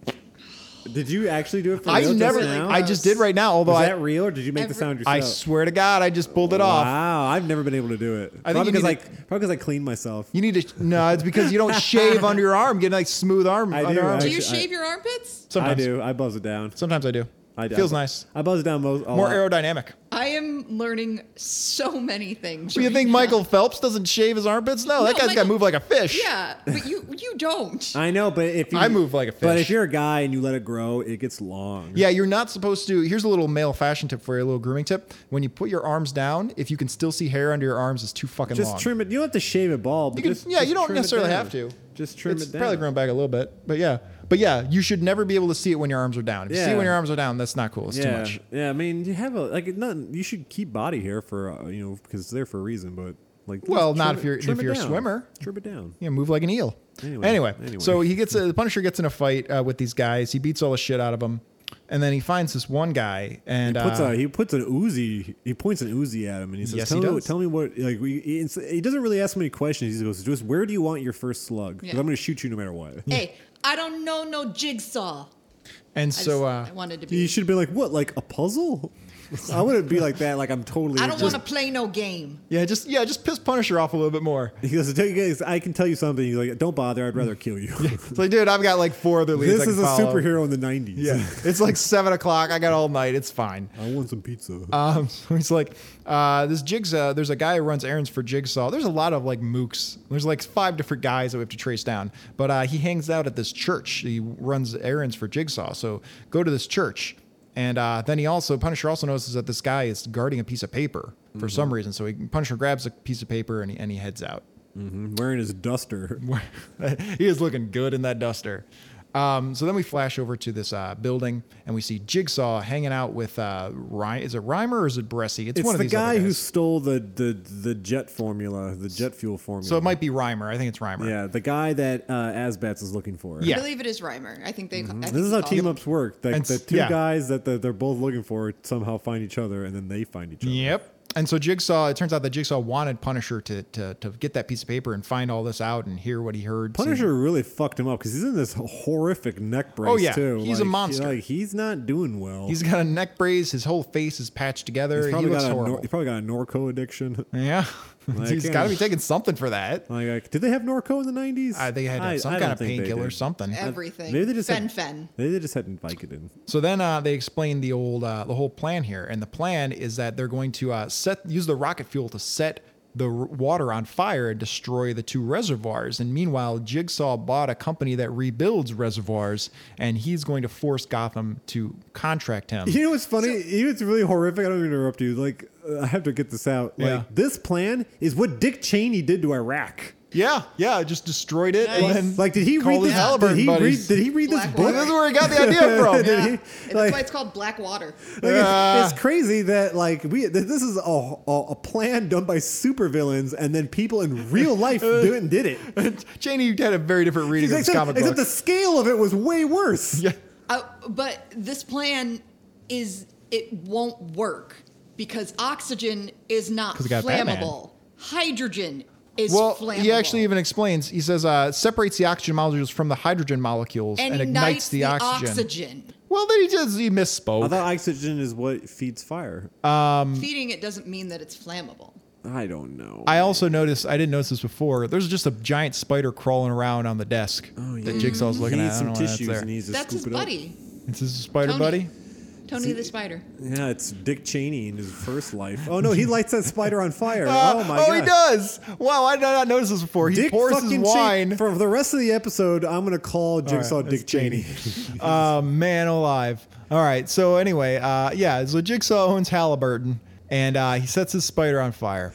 Speaker 4: Did you actually do it for
Speaker 3: I
Speaker 4: real just
Speaker 3: never.
Speaker 4: now?
Speaker 3: I just did right now. Although
Speaker 4: Was
Speaker 3: I,
Speaker 4: that real or did you make
Speaker 5: Every-
Speaker 4: the sound yourself?
Speaker 3: I swear to God, I just pulled it off.
Speaker 4: Wow, I've never been able to do it.
Speaker 3: I think you
Speaker 4: probably because I
Speaker 3: need
Speaker 4: probably because I cleaned myself.
Speaker 3: You need to. No, it's because you
Speaker 4: <laughs>
Speaker 3: don't shave under your arm. Get a nice smooth arm.
Speaker 4: I do,
Speaker 3: under arm.
Speaker 5: Do you
Speaker 4: Actually, I-
Speaker 5: shave your armpits?
Speaker 3: Sometimes
Speaker 4: I do. I buzz it down.
Speaker 3: Sometimes I do.
Speaker 4: I do.
Speaker 3: Feels
Speaker 4: I-
Speaker 3: nice.
Speaker 4: I buzz it down most. a
Speaker 3: More
Speaker 4: lot.
Speaker 3: aerodynamic.
Speaker 5: I am learning so many things.
Speaker 3: Do you
Speaker 5: right
Speaker 3: think
Speaker 5: now.
Speaker 3: Michael Phelps doesn't shave his armpits? No, that
Speaker 5: No,
Speaker 3: guy's got to
Speaker 5: Michael-
Speaker 3: move like a fish.
Speaker 5: Yeah, but you you don't.
Speaker 4: <laughs> I know, but if you,
Speaker 3: I move like a
Speaker 4: But
Speaker 3: fish.
Speaker 4: if you're a guy and you let it grow, it gets long.
Speaker 3: Yeah, you're not supposed to. Here's a little male fashion tip for you, a little grooming tip. When you put your arms down, if you can still see hair under your arms, it's too fucking
Speaker 4: just
Speaker 3: long.
Speaker 4: trim it. You don't have to shave it bald. But
Speaker 3: You can-
Speaker 4: just,
Speaker 3: yeah,
Speaker 4: just
Speaker 3: you don't
Speaker 4: trim it
Speaker 3: necessarily
Speaker 4: down.
Speaker 3: have to.
Speaker 4: Just trim
Speaker 3: it's
Speaker 4: it down.
Speaker 3: Probably grown back a little bit, but yeah, but yeah, you should never be able to see it when your arms are down. If you see it
Speaker 4: Yeah.
Speaker 3: when your arms are down, that's not cool. It's
Speaker 4: yeah,
Speaker 3: too much.
Speaker 4: yeah. I mean, you have a like nothing. You should keep body hair for uh, you know because it's there for a reason. But like,
Speaker 3: Well,
Speaker 4: trim
Speaker 3: not
Speaker 4: it-
Speaker 3: if you're- if
Speaker 4: trim it
Speaker 3: you're a
Speaker 4: down.
Speaker 3: swimmer.
Speaker 4: Trim it down.
Speaker 3: Yeah, move like an eel. Anyway,
Speaker 4: Anyway, anyway.
Speaker 3: so he gets a, the Punisher gets in a fight uh, with these guys. He beats all the shit out of them, and then he finds this one guy and
Speaker 4: Puts
Speaker 3: uh,
Speaker 4: a, he puts an Uzi. He points an Uzi at him, and he says,
Speaker 3: Yes, he
Speaker 4: tell, me,
Speaker 3: does.
Speaker 4: "Tell me what." Like we, it's, he doesn't really ask many questions. He goes, "Just where do you want your first slug? 'Cause
Speaker 5: Yeah.
Speaker 4: I'm going to shoot you no matter what."
Speaker 5: Hey, I don't know no jigsaw.
Speaker 3: and
Speaker 5: I
Speaker 3: so
Speaker 5: just-
Speaker 3: uh,
Speaker 5: I wanted to be.
Speaker 4: You should be like, "What? Like a puzzle?" I wouldn't be like that. Like I'm totally.
Speaker 5: <laughs> I don't
Speaker 4: just-
Speaker 5: want to play no game.
Speaker 3: Yeah, just yeah, just piss Punisher off a little bit
Speaker 4: <laughs>
Speaker 3: more.
Speaker 4: He goes, "Tell you guys, I can tell you something. He's like, don't bother. I'd rather
Speaker 3: <laughs>
Speaker 4: kill you. <laughs>
Speaker 3: It's like, dude, I've got like four other leads. I
Speaker 4: this
Speaker 3: can
Speaker 4: is a
Speaker 3: follow.
Speaker 4: superhero in the '90s.
Speaker 3: Yeah, <laughs> it's like seven o'clock. I got all night. It's fine.
Speaker 4: <laughs> I want some pizza.
Speaker 3: Um, <laughs> so he's like, uh, this Jigsaw, there's a guy who runs errands for Jigsaw. There's a lot of like mooks. There's like five different guys that we have to trace down. But uh, he hangs out at this church. He runs errands for Jigsaw. So go to this church. And uh, then he also, Punisher also notices that this guy is guarding a piece of paper for some reason. So he, Punisher grabs a piece of paper and he, and he heads out.
Speaker 4: I'm wearing his duster.
Speaker 3: he is looking good in that duster. Um, so then we flash over to this uh, building and we see Jigsaw hanging out with uh, Ryan. Is it Reimer or is it Bressy? It's,
Speaker 4: It's
Speaker 3: one of
Speaker 4: the
Speaker 3: these other
Speaker 4: guy who
Speaker 3: guys.
Speaker 4: stole the, the the jet formula, the jet fuel formula.
Speaker 3: So it might be Reimer. I think it's Reimer.
Speaker 4: Yeah, the guy that uh, Asbats is looking for.
Speaker 3: Yeah.
Speaker 5: I believe it is Reimer. I think they. I think
Speaker 4: This is
Speaker 5: he
Speaker 4: how
Speaker 5: called-
Speaker 4: team ups work. Like
Speaker 3: Um, And
Speaker 4: the
Speaker 3: s-
Speaker 4: two
Speaker 3: yeah.
Speaker 4: guys that the, they're both looking for somehow find each other, and then they find each other.
Speaker 3: Yep. And so Jigsaw, it turns out that Jigsaw wanted Punisher to, to to get that piece of paper and find all this out and hear what he heard. So-
Speaker 4: Punisher really fucked him up because he's in this horrific neck brace.
Speaker 3: Oh, yeah.
Speaker 4: too.
Speaker 3: He's a
Speaker 4: Like,
Speaker 3: monster.
Speaker 4: Like he's not doing well.
Speaker 3: he's got a neck brace. His whole face is patched together.
Speaker 4: He's
Speaker 3: He
Speaker 4: probably
Speaker 3: looks
Speaker 4: got a
Speaker 3: horrible.
Speaker 4: nor- he probably got a Norco addiction. <laughs>
Speaker 3: yeah. <laughs> he's
Speaker 4: uh,
Speaker 3: got to be taking something for that.
Speaker 4: Like, like, did they have Norco in the nineties?
Speaker 3: I think they had to have some kind of painkiller or something.
Speaker 5: Everything.
Speaker 4: Maybe they just
Speaker 5: fen
Speaker 4: had, <laughs>
Speaker 5: fen.
Speaker 4: Maybe they just had
Speaker 3: <laughs>
Speaker 4: Vicodin.
Speaker 3: So then uh, they explain the old uh, the whole plan here, and the plan is that they're going to uh, set use the rocket fuel to set the r- water on fire and destroy the two reservoirs. And meanwhile, Jigsaw bought a company that rebuilds reservoirs, and he's going to force Gotham to contract him.
Speaker 4: You know what's funny? You know what's really horrific. I don't mean to interrupt you. Like uh, I have to get this out. Like
Speaker 3: Yeah.
Speaker 4: this plan is what Dick Cheney did to Iraq.
Speaker 3: Yeah, yeah, just destroyed it.
Speaker 5: Nice.
Speaker 3: And
Speaker 4: Like did he read
Speaker 3: Called his
Speaker 4: this?
Speaker 3: Halliburton
Speaker 4: did, he read,
Speaker 3: buddies.
Speaker 4: did he read this
Speaker 5: Black
Speaker 4: book?
Speaker 5: Water.
Speaker 3: this is where he got the
Speaker 4: <laughs>
Speaker 3: idea from.
Speaker 4: Did
Speaker 5: Yeah.
Speaker 4: he-
Speaker 5: And
Speaker 4: like-
Speaker 5: that's why it's called black water.
Speaker 4: Like, it's-
Speaker 3: Yeah.
Speaker 4: it's crazy that like we th- this is a, a, a plan done by supervillains and then people
Speaker 3: <laughs>
Speaker 4: in real life did, did it.
Speaker 3: Cheney had a very different reading of this
Speaker 4: Except,
Speaker 3: comic
Speaker 4: except
Speaker 3: book.
Speaker 4: the scale of it was way worse.
Speaker 3: yeah.
Speaker 5: Uh, but this plan is it won't work because oxygen is not
Speaker 3: we got Batman.
Speaker 5: flammable. Hydrogen is
Speaker 3: Well,
Speaker 5: flammable.
Speaker 3: he actually even explains. He says uh, separates the oxygen molecules from the hydrogen molecules and,
Speaker 5: and
Speaker 3: ignites the, oxygen.
Speaker 5: oxygen.
Speaker 3: Well, then he just he misspoke.
Speaker 4: I thought oxygen is what feeds fire.
Speaker 5: Feeding it doesn't mean that it's flammable.
Speaker 4: I don't know.
Speaker 3: I also noticed I didn't notice this before. There's just a giant spider crawling around on the desk that Jigsaw's looking
Speaker 4: Oh,
Speaker 3: at.
Speaker 4: he needs
Speaker 3: I
Speaker 4: some
Speaker 3: don't know why that's
Speaker 4: tissues
Speaker 3: there.
Speaker 4: and he needs to
Speaker 5: That's
Speaker 4: scoop
Speaker 5: his
Speaker 4: it up.
Speaker 5: buddy,
Speaker 3: It's his spider
Speaker 5: Tony.
Speaker 3: buddy.
Speaker 5: Tony the Spider.
Speaker 4: Yeah, it's Dick Cheney in his first <laughs> life. Oh no, he lights that spider
Speaker 3: <laughs>
Speaker 4: on fire. oh my
Speaker 3: oh,
Speaker 4: god.
Speaker 3: he does. Wow, I did not notice this before. He
Speaker 4: Dick
Speaker 3: pours
Speaker 4: fucking
Speaker 3: his
Speaker 4: Cheney-
Speaker 3: wine.
Speaker 4: For the rest of the episode, I'm gonna call Jigsaw
Speaker 3: that's
Speaker 4: Dick Cheney. <laughs>
Speaker 3: uh, man alive. All right. So anyway, uh, yeah. So Jigsaw owns Halliburton, and uh, he sets his spider on fire.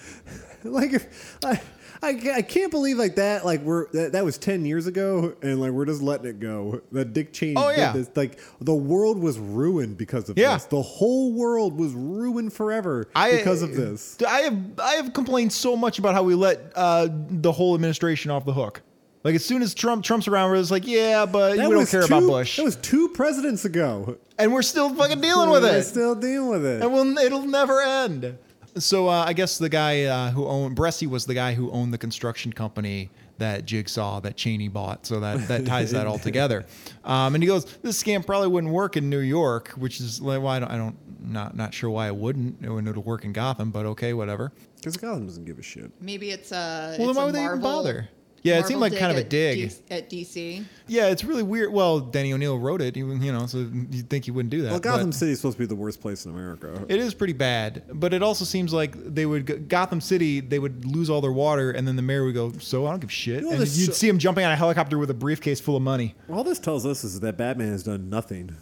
Speaker 4: like if- I, I, ca- I can't believe like that like we're that, that was 10 years ago and like we're just letting it go that dick cheney
Speaker 3: Oh,
Speaker 4: did
Speaker 3: yeah.
Speaker 4: this like the world was ruined because of
Speaker 3: Yeah.
Speaker 4: this the whole world was ruined forever because of this
Speaker 3: I have I have complained so much about how we let uh, the whole administration off the hook. Like as soon as Trump Trump's around, we're just like, yeah, but
Speaker 4: That
Speaker 3: we don't
Speaker 4: was
Speaker 3: care
Speaker 4: two,
Speaker 3: about Bush,
Speaker 4: that was two presidents ago
Speaker 3: and we're still fucking dealing with
Speaker 4: We're
Speaker 3: it,
Speaker 4: still dealing with it
Speaker 3: and we'll, it'll never end. So uh, I guess the guy uh, who owned Bressy was the guy who owned the construction company that Jigsaw that Cheney bought. So that that ties that
Speaker 4: <laughs>
Speaker 3: all together. Um, and he goes, this scam probably wouldn't work in New York, which is like, why I don't I don't not not sure why it wouldn't. It would work in Gotham, but okay, whatever.
Speaker 4: because gotham doesn't give a shit
Speaker 5: Maybe it's a.
Speaker 3: Well, then
Speaker 5: it's
Speaker 3: why
Speaker 5: a
Speaker 3: would they even
Speaker 5: Marvel-
Speaker 3: bother? Yeah, it
Speaker 5: Marvel
Speaker 3: seemed like kind of a
Speaker 5: at
Speaker 3: dig.
Speaker 5: D- at DC.
Speaker 3: Yeah, it's really weird. Well, Danny O'Neill wrote it, you you know, so you'd think he wouldn't do that.
Speaker 4: well gotham
Speaker 3: but
Speaker 4: city is supposed to be the worst place in america
Speaker 3: it is pretty bad, but it also seems like they would Gotham City. They would lose all their water, and then the mayor would go, "So I don't give a shit."
Speaker 4: know,
Speaker 3: and
Speaker 4: there's
Speaker 3: you'd
Speaker 4: so-
Speaker 3: see him jumping on a helicopter with a briefcase full of money.
Speaker 4: all this tells us is that batman has done nothing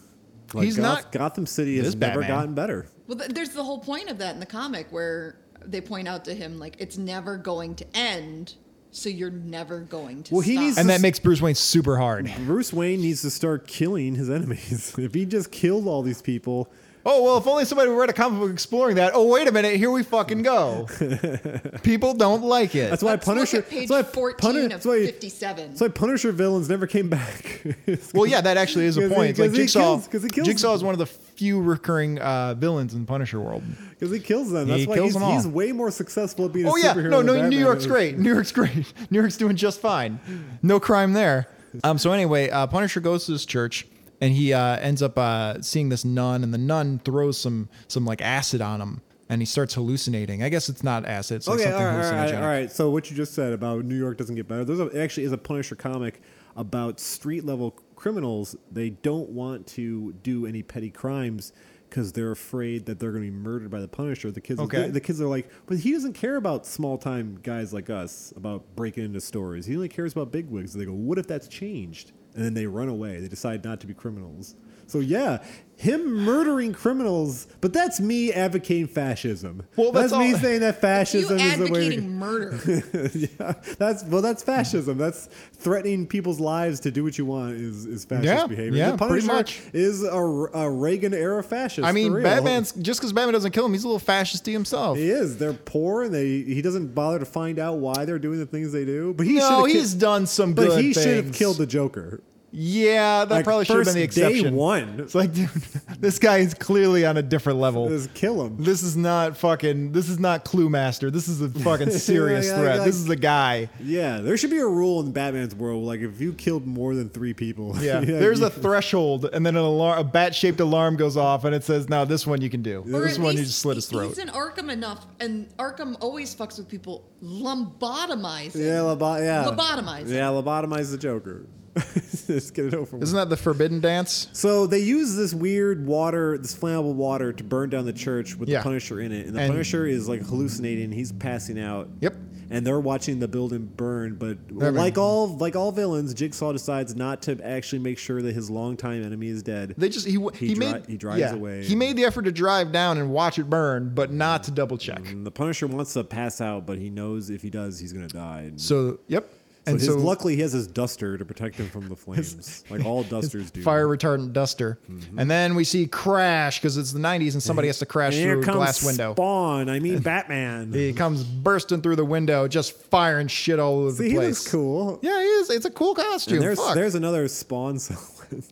Speaker 4: like
Speaker 3: He's
Speaker 4: Goth-
Speaker 3: not-
Speaker 4: gotham city
Speaker 3: This
Speaker 4: has never
Speaker 3: Batman.
Speaker 4: gotten better
Speaker 5: Well, th- there's the whole point of that in the comic where they point out to him like it's never going to end, so you're never going to.
Speaker 4: Well, he
Speaker 5: stop.
Speaker 4: needs
Speaker 3: And
Speaker 4: This-
Speaker 3: that makes Bruce Wayne super hard.
Speaker 4: Bruce Wayne needs to start killing his enemies. <laughs> If he just killed all these people,
Speaker 3: Oh well, if only somebody would read a comic book exploring that. Oh wait a minute, here we fucking
Speaker 4: <laughs>
Speaker 3: go. People don't like it.
Speaker 4: that's why
Speaker 5: Let's look
Speaker 4: Punisher.
Speaker 5: at page
Speaker 4: that's why
Speaker 5: 14
Speaker 4: Puni-
Speaker 5: of
Speaker 4: that's why,
Speaker 5: 57.
Speaker 4: That's why Punisher villains never came back. <laughs>
Speaker 3: Well, yeah, that actually is a
Speaker 4: 'Cause he-
Speaker 3: point. It's like
Speaker 4: 'cause he
Speaker 3: Jigsaw,
Speaker 4: kills- 'cause he kills
Speaker 3: Jigsaw
Speaker 4: them.
Speaker 3: is one of the few recurring uh, villains in the Punisher world.
Speaker 4: because he kills them.
Speaker 3: He
Speaker 4: That's why
Speaker 3: kills
Speaker 4: he's,
Speaker 3: them all.
Speaker 4: he's way more successful at being.
Speaker 3: Oh
Speaker 4: a
Speaker 3: yeah,
Speaker 4: superhero
Speaker 3: no,
Speaker 4: than
Speaker 3: no,
Speaker 4: Batman
Speaker 3: New York's
Speaker 4: is.
Speaker 3: great. New York's great. <laughs> New York's doing just fine. No crime there. Um, so anyway, uh, Punisher goes to this church. and he uh, ends up uh, seeing this nun, and the nun throws some some like acid on him, and he starts hallucinating. I guess it's not acid, it's like
Speaker 4: okay, all
Speaker 3: something
Speaker 4: right, all right,
Speaker 3: hallucinogenic.
Speaker 4: all right. So what you just said about New York doesn't get better. There's a, it actually is a Punisher comic about street level criminals. They don't want to do any petty crimes because they're afraid that they're going to be murdered by the Punisher. The kids,
Speaker 3: Okay.
Speaker 4: the, kids are like, but he doesn't care about small time guys like us about breaking into stores. He only cares about bigwigs. They go, what if that's changed? And then they run away. They decide not to be criminals. So yeah, him murdering criminals, but that's me advocating fascism.
Speaker 3: Well, that's
Speaker 4: me
Speaker 3: all-
Speaker 4: saying that
Speaker 3: <laughs>
Speaker 4: fascism
Speaker 5: You
Speaker 4: fascism is the way to-
Speaker 5: advocating murder.
Speaker 4: <laughs> yeah, that's well, that's fascism. That's threatening people's lives to do what you want is, is fascist
Speaker 3: Yeah,
Speaker 4: behavior.
Speaker 3: yeah,
Speaker 4: the
Speaker 3: pretty much.
Speaker 4: Punisher is a, a Reagan era fascist.
Speaker 3: I
Speaker 4: for
Speaker 3: mean,
Speaker 4: real.
Speaker 3: Batman's just because Batman doesn't kill him, he's a little fascisty himself.
Speaker 4: He is. They're poor, and they he doesn't bother to find out why they're doing the things they do. But he
Speaker 3: no,
Speaker 4: should have
Speaker 3: he's done some
Speaker 4: but
Speaker 3: good
Speaker 4: he should have
Speaker 3: things.
Speaker 4: killed the Joker.
Speaker 3: Yeah, that
Speaker 4: Like,
Speaker 3: probably should have been the
Speaker 4: first day
Speaker 3: exception.
Speaker 4: one.
Speaker 3: <laughs> It's like, dude, this guy is clearly on a different level.
Speaker 4: Just kill him.
Speaker 3: This is not fucking. This is not Clue Master. This is a fucking serious
Speaker 4: Yeah,
Speaker 3: threat.
Speaker 4: like-
Speaker 3: this is a guy.
Speaker 4: Yeah, there should be a rule in Batman's world like if you killed more than three people. <laughs>
Speaker 3: Yeah. There's
Speaker 4: you-
Speaker 3: a threshold, and then an alarm, a bat-shaped alarm goes off, and it says, "Now this one you can do. <laughs>
Speaker 5: Or
Speaker 3: this
Speaker 5: at
Speaker 3: one you
Speaker 5: least
Speaker 3: just slit his throat."
Speaker 5: He's in Arkham enough, and Arkham always fucks with people. Lobotomize. him.
Speaker 4: yeah, lobo- yeah,
Speaker 5: Lobotomize him.
Speaker 4: Yeah, lobotomize the Joker. <laughs> Just get it over. with.
Speaker 3: Isn't that the forbidden dance?
Speaker 4: So they use this weird water, this flammable water, to burn down the church with
Speaker 3: Yeah.
Speaker 4: the Punisher in it, and the
Speaker 3: And-
Speaker 4: Punisher is like hallucinating. He's passing out.
Speaker 3: Yep.
Speaker 4: And they're watching the building burn, but
Speaker 3: They're
Speaker 4: like
Speaker 3: burning.
Speaker 4: all like all villains, Jigsaw decides not to actually make sure that his longtime enemy is dead.
Speaker 3: They just he w-
Speaker 4: He
Speaker 3: he,
Speaker 4: dri-
Speaker 3: made
Speaker 4: he drives
Speaker 3: yeah,
Speaker 4: away.
Speaker 3: He made the effort to drive down and watch it burn, but not to double check.
Speaker 4: And the Punisher wants to pass out, but he knows if he does, he's gonna die. And so,
Speaker 3: So yep, and
Speaker 4: his,
Speaker 3: so
Speaker 4: luckily, he has his duster to protect him
Speaker 3: <laughs>
Speaker 4: from the flames, like all dusters do.
Speaker 3: fire retardant duster,
Speaker 4: Mm-hmm.
Speaker 3: and then we see crash because it's the '90s and somebody has to
Speaker 4: and
Speaker 3: crash
Speaker 4: here
Speaker 3: through a
Speaker 4: comes
Speaker 3: glass window.
Speaker 4: Spawn.
Speaker 3: <laughs>
Speaker 4: I mean, Batman.
Speaker 3: He comes bursting through the window, just firing shit all over
Speaker 4: See,
Speaker 3: the
Speaker 4: he
Speaker 3: place.
Speaker 4: looks cool.
Speaker 3: Yeah, he is. It's a cool costume.
Speaker 4: And there's
Speaker 3: Fuck.
Speaker 4: there's another Spawn <laughs> song.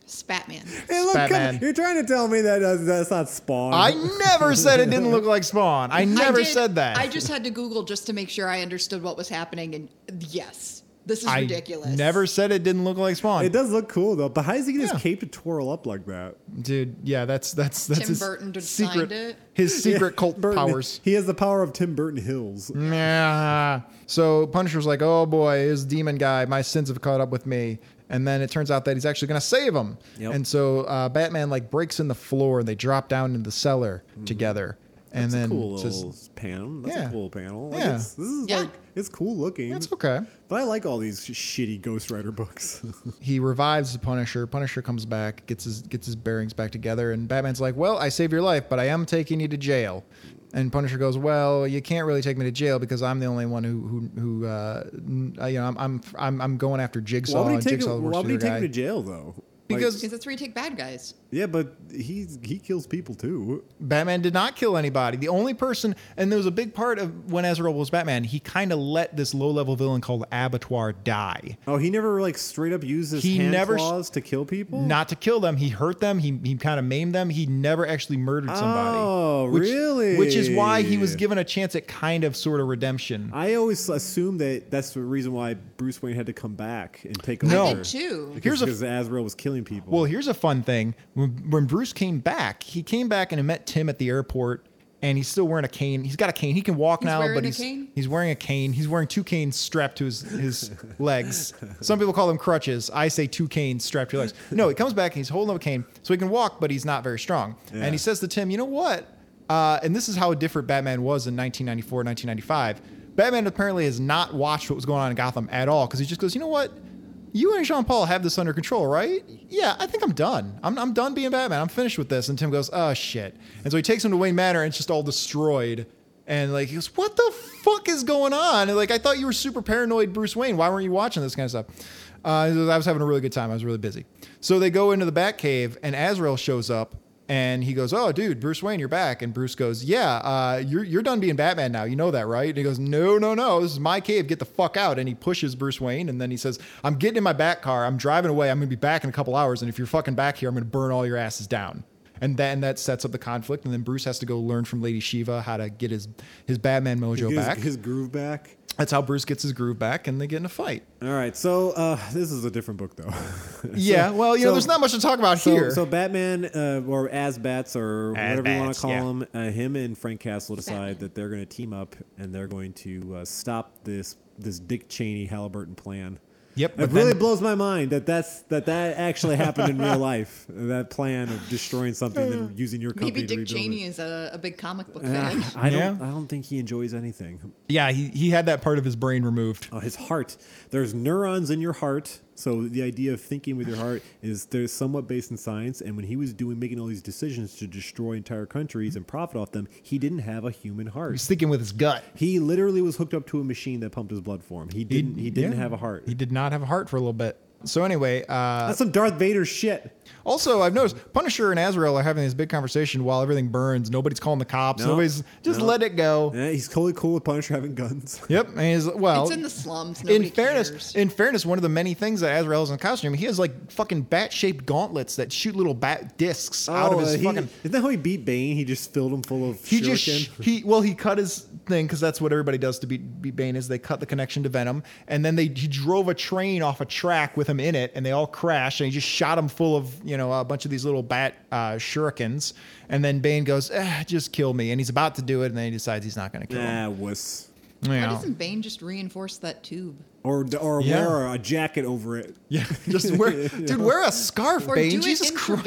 Speaker 5: Spatman.
Speaker 4: hey, look, come-
Speaker 3: Batman.
Speaker 4: you're trying to tell me that uh, that's not Spawn.
Speaker 3: I never said it didn't look like Spawn. I
Speaker 5: I
Speaker 3: never
Speaker 5: did-
Speaker 3: said that.
Speaker 5: I just had to Google just to make sure I understood what was happening, and yes, this is
Speaker 3: I
Speaker 5: ridiculous.
Speaker 3: Never said it didn't look like Spawn.
Speaker 4: it does look cool though, but how does he get
Speaker 3: Yeah.
Speaker 4: his cape to twirl up like that?
Speaker 3: Dude, yeah, that's that's that's
Speaker 5: Tim
Speaker 3: his
Speaker 5: Burton designed
Speaker 3: secret
Speaker 5: it.
Speaker 3: his secret
Speaker 4: <laughs>
Speaker 3: cult
Speaker 4: Burton-
Speaker 3: powers. Mm.
Speaker 4: He has the power of Tim Burton Hills.
Speaker 3: Nah. So Punisher's like, oh boy, his demon guy, my sins have caught up with me. And then it turns out that he's actually going to save him.
Speaker 4: Yep.
Speaker 3: And so uh, Batman like breaks in the floor and they drop down into the cellar together. And
Speaker 4: Mm-hmm. That's
Speaker 3: then
Speaker 4: a cool
Speaker 3: says,
Speaker 4: little panel. That's a
Speaker 3: Yeah.
Speaker 4: cool panel. Like,
Speaker 3: Yeah.
Speaker 4: it's, this is
Speaker 5: Yeah.
Speaker 4: like it's cool looking.
Speaker 3: it's okay.
Speaker 4: But I like all these sh- shitty Ghost Rider books.
Speaker 3: He revives the Punisher. Punisher comes back, gets his gets his bearings back together, and Batman's like, "Well, I saved your life, but I am taking you to jail." And Punisher goes, "Well, you can't really take me to jail because I'm the only one who who who uh, n- uh, you know I'm I'm I'm, I'm going after Jigsaw.
Speaker 4: <laughs> why would he
Speaker 3: and
Speaker 4: take
Speaker 3: Jigsaw's
Speaker 4: him?
Speaker 3: the worst
Speaker 4: Why would he
Speaker 3: shooter
Speaker 4: take
Speaker 3: guy.
Speaker 4: him to jail though? Like,
Speaker 3: Because
Speaker 5: because that's where you take bad guys.
Speaker 4: yeah, but he's he kills people too.
Speaker 3: Batman did not kill anybody. The only person, and there was a big part of when Azrael was Batman, he kind of let this low level villain called Abattoir die.
Speaker 4: Oh, he never like straight up uses
Speaker 3: He
Speaker 4: hand
Speaker 3: never s-
Speaker 4: claws to kill people.
Speaker 3: Not to kill them, he hurt them. He, he kind of maimed them. He never actually murdered somebody.
Speaker 4: Oh,
Speaker 3: which,
Speaker 4: really?
Speaker 3: Which is why he was given a chance at kind of sort of redemption.
Speaker 4: I always assumed that that's the reason why Bruce Wayne had to come back and take
Speaker 3: No.
Speaker 4: over.
Speaker 5: I did too.
Speaker 4: Because,
Speaker 3: Here's a-
Speaker 4: because Azrael was killing people.
Speaker 3: Well, here's a fun thing. When, when Bruce came back, he came back and he met Tim at the airport, and he's still wearing a cane. He's got a cane. He can walk
Speaker 5: He's
Speaker 3: now,
Speaker 5: wearing
Speaker 3: but
Speaker 5: a
Speaker 3: he's
Speaker 5: cane?
Speaker 3: he's wearing a cane. He's wearing two canes strapped to his
Speaker 4: <laughs>
Speaker 3: his legs. Some people call them crutches. I say two canes strapped to your legs. No, he comes back and he's holding up a cane, so he can walk, but he's not very strong.
Speaker 4: Yeah.
Speaker 3: And he says to Tim, "You know what?" Uh, and this is how different Batman was in 1994, 1995. Batman apparently has not watched what was going on in Gotham at all because he just goes, "You know what?" you and Jean Paul have this under control, right? Yeah, I think I'm done. I'm, I'm done being Batman. I'm finished with this. And Tim goes, oh, shit. And so he takes him to Wayne Manor and it's just all destroyed. And like, he goes, what the fuck is going on? And like, I thought you were super paranoid, Bruce Wayne. Why weren't you watching this kind of stuff? Uh, he goes, I was having a really good time. I was really busy. So they go into the Batcave and Azrael shows up and he goes, "Oh, dude, Bruce Wayne, you're back." And Bruce goes, "Yeah, uh, you're you're done being Batman now. You know that, right?" And he goes, "No, no, no. This is my cave. Get the fuck out." And he pushes Bruce Wayne, and then he says, "I'm getting in my Bat car. I'm driving away. I'm gonna be back in a couple hours. And if you're fucking back here, I'm gonna burn all your asses down." And then that sets up the conflict. And then Bruce has to go learn from Lady Shiva how to get his his Batman mojo
Speaker 4: Get his,
Speaker 3: back.
Speaker 4: his groove back.
Speaker 3: That's how Bruce gets his groove back, and they get in a fight.
Speaker 4: All right, so uh, this is a different book, though.
Speaker 3: yeah,
Speaker 4: <laughs> So-
Speaker 3: well, you know,
Speaker 4: so-
Speaker 3: there's not much to talk about
Speaker 4: so,
Speaker 3: here.
Speaker 4: So Batman, uh, or as bats, or
Speaker 3: As
Speaker 4: whatever you want
Speaker 3: Bats,
Speaker 4: to call
Speaker 3: yeah.
Speaker 4: him, uh, him and Frank Castle decide
Speaker 5: Batman.
Speaker 4: that they're going to team up and they're going to uh, stop this this Dick Cheney Halliburton plan.
Speaker 3: Yep,
Speaker 4: it
Speaker 3: but
Speaker 4: really
Speaker 3: then-
Speaker 4: blows my mind that that's that that actually happened in real life. <laughs> That plan of destroying something and using your company
Speaker 5: Uh, Maybe
Speaker 4: to
Speaker 5: Dick
Speaker 4: rebuild
Speaker 5: Cheney
Speaker 4: it.
Speaker 5: is a, a big comic
Speaker 3: <sighs>
Speaker 5: book
Speaker 4: Ah,
Speaker 5: fan.
Speaker 4: I don't.
Speaker 3: Yeah.
Speaker 4: I don't think he enjoys anything.
Speaker 3: yeah, he, he had that part of his brain removed.
Speaker 4: Oh, his heart. There's neurons in your heart. So the idea of thinking with your heart is there's somewhat based in science. And when he was doing making all these decisions to destroy entire countries and profit off them, he didn't have a human
Speaker 3: He's
Speaker 4: heart.
Speaker 3: thinking with his gut.
Speaker 4: He literally was hooked up to a machine that pumped his blood for him. He didn't. He didn't
Speaker 3: yeah.
Speaker 4: have a heart.
Speaker 3: He did not have a heart for a little bit. So anyway, uh,
Speaker 4: That's some Darth Vader shit.
Speaker 3: also I've noticed Punisher and Azrael are having this big conversation while everything burns. Nobody's calling the cops.
Speaker 4: No,
Speaker 3: Nobody's just
Speaker 4: no.
Speaker 3: let it go.
Speaker 4: Yeah, he's totally cool with Punisher having guns.
Speaker 3: Yep, and he's well.
Speaker 5: it's in the slums. Nobody
Speaker 3: in fairness,
Speaker 5: cares.
Speaker 3: in fairness, one of the many things that Azrael has in the costume, he has like fucking bat-shaped gauntlets that shoot little bat discs <laughs> out of
Speaker 4: Oh,
Speaker 3: his
Speaker 4: uh, he-
Speaker 3: fucking.
Speaker 4: Isn't that how he beat Bane? He just filled him full of.
Speaker 3: He just
Speaker 4: shuriken?
Speaker 3: sh- he well he cut his thing because that's what everybody does to beat, beat Bane is they cut the connection to Venom and then they he drove a train off a track with him in it and they all crashed and he just shot him full of you know a bunch of these little bat uh, shurikens and then Bane goes "Ah, just kill me and he's about to do it and then he decides he's not going to kill him.
Speaker 4: Nah, wuss.
Speaker 3: You
Speaker 5: Why
Speaker 3: know.
Speaker 5: doesn't <laughs> Bane just reinforce that tube?
Speaker 4: Or or
Speaker 3: Yeah.
Speaker 4: wear a jacket over it.
Speaker 3: Yeah, just wear, <laughs> dude, wear a scarf,
Speaker 5: Or
Speaker 3: Bane.
Speaker 5: do
Speaker 3: Jesus
Speaker 5: it
Speaker 3: Christ.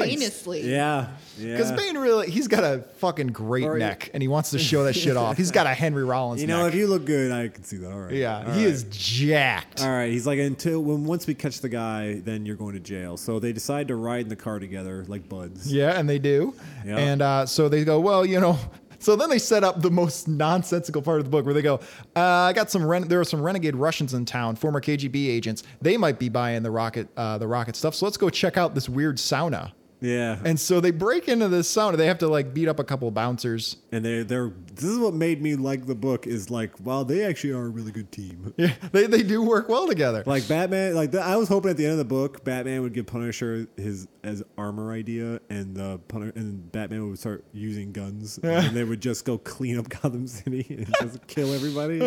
Speaker 4: <laughs>
Speaker 5: intravenously.
Speaker 4: Yeah.
Speaker 3: <laughs>
Speaker 4: Yeah.
Speaker 3: Because Bane really, he's got a fucking great
Speaker 4: Or-
Speaker 3: neck, and he wants to show that shit off. He's got a
Speaker 4: <laughs>
Speaker 3: Henry Rollins.
Speaker 4: You know,
Speaker 3: neck.
Speaker 4: if you look good, I can see that. All right.
Speaker 3: yeah,
Speaker 4: All
Speaker 3: he
Speaker 4: right.
Speaker 3: is jacked.
Speaker 4: All right. He's like, until when once we catch the guy, then you're going to jail. So they decide to ride in the car together like buds.
Speaker 3: Yeah, and they do.
Speaker 4: Yeah.
Speaker 3: And uh, so they go, well, you know. <laughs> So then they set up the most nonsensical part of the book where they go, uh, I got some, ren- there are some renegade Russians in town, former KGB agents. They might be buying the rocket, uh, the rocket stuff. So let's go check out this weird sauna.
Speaker 4: Yeah. And,
Speaker 3: And so they break into this sauna. They have to like beat up a couple bouncers. <laughs>
Speaker 4: they they're this is what made me like the book is like, wow, they actually are a really good team.
Speaker 3: Yeah, they, they do work well together.
Speaker 4: Like Batman, like the, I was hoping at the end of the book, Batman would give Punisher his as armor idea, and the Pun- and Batman would start using
Speaker 3: <laughs>
Speaker 4: guns, and they would just go clean up Gotham City <laughs> and just kill
Speaker 3: <laughs>
Speaker 4: everybody.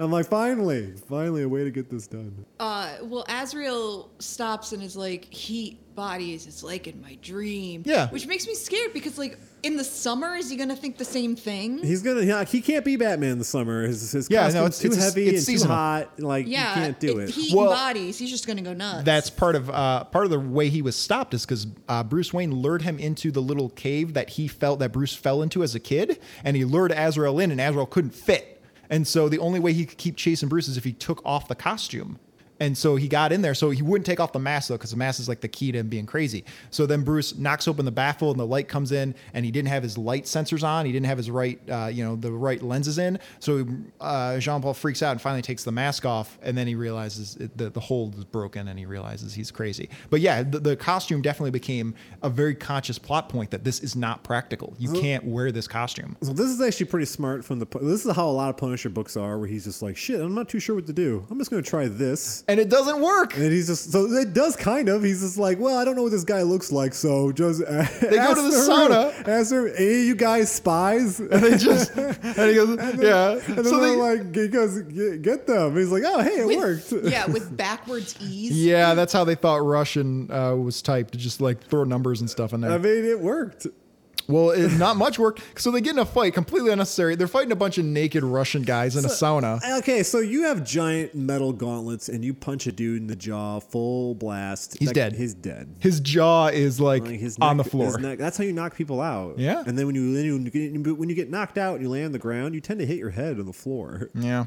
Speaker 4: I'm like, finally, finally, a way to get this done.
Speaker 5: Uh, well, Azrael stops and is like, heat bodies is like in my dream.
Speaker 3: Yeah.
Speaker 5: Which makes me scared because, like, in the summer, is he going to think the same thing?
Speaker 4: He's gonna. yeah, He can't be Batman in the summer. His, his
Speaker 3: Yeah, no,
Speaker 4: yeah, no,
Speaker 3: it's-
Speaker 4: too
Speaker 3: it's a-
Speaker 4: heavy
Speaker 3: it's
Speaker 4: and
Speaker 3: seasonal.
Speaker 4: too hot. Like
Speaker 5: yeah.
Speaker 4: you can't do it.
Speaker 5: Heat
Speaker 3: Well-
Speaker 5: bodies. He's just going to go nuts.
Speaker 3: That's part of uh, part of the way he was stopped is because uh, Bruce Wayne lured him into the little cave that he felt that Bruce fell into as a kid, and he lured Azrael in, and Azrael couldn't fit, and so the only way he could keep chasing Bruce is if he took off the costume. And so he got in there. So he wouldn't take off the mask though, because the mask is like the key to him being crazy. So then Bruce knocks open the baffle, and the light comes in, and he didn't have his light sensors on. He didn't have his right, uh, you know, the right lenses in. So uh, Jean Paul freaks out and finally takes the mask off, and then he realizes it, the the hold is broken, and he realizes he's crazy. But yeah, the, the costume definitely became a very conscious plot point that this is not practical. You can't wear this costume.
Speaker 4: So this is actually pretty smart from the. pu- This is how a lot of Punisher books are, where he's just like, shit, I'm not too sure what to do. I'm just gonna try this.
Speaker 3: And it doesn't work.
Speaker 4: And he's just so it does kind of. He's just like, well, I don't know what this guy looks like, so just uh, they
Speaker 3: go to the sauna.
Speaker 4: <laughs> Ask her, hey, you
Speaker 3: <laughs>
Speaker 4: guys spies? And <laughs>
Speaker 3: They <laughs> just <laughs> and he goes, yeah.
Speaker 4: then
Speaker 3: So
Speaker 4: they're
Speaker 3: they,
Speaker 4: like, he goes, get, get them. And he's like, oh, hey, it
Speaker 5: with,
Speaker 4: worked.
Speaker 5: <laughs> yeah,
Speaker 3: <laughs>
Speaker 5: with backwards ease.
Speaker 3: Yeah, that's how they thought Russian uh, was typed to just like throw numbers and stuff in there.
Speaker 4: I mean, it worked.
Speaker 3: well, it, not much work. So they get in a fight, completely unnecessary. They're fighting a bunch of naked Russian guys in a sauna.
Speaker 4: Okay, so you have giant metal gauntlets, and you punch a dude in the jaw, full blast.
Speaker 3: He's dead.
Speaker 4: He's dead.
Speaker 3: His jaw is like,
Speaker 4: Like, his
Speaker 3: on
Speaker 4: neck-
Speaker 3: the floor.
Speaker 4: his neck- that's how you knock people out.
Speaker 3: Yeah.
Speaker 4: And then when you, then you get- when you get knocked out and you land on the ground, you tend to hit your head on the floor.
Speaker 3: yeah.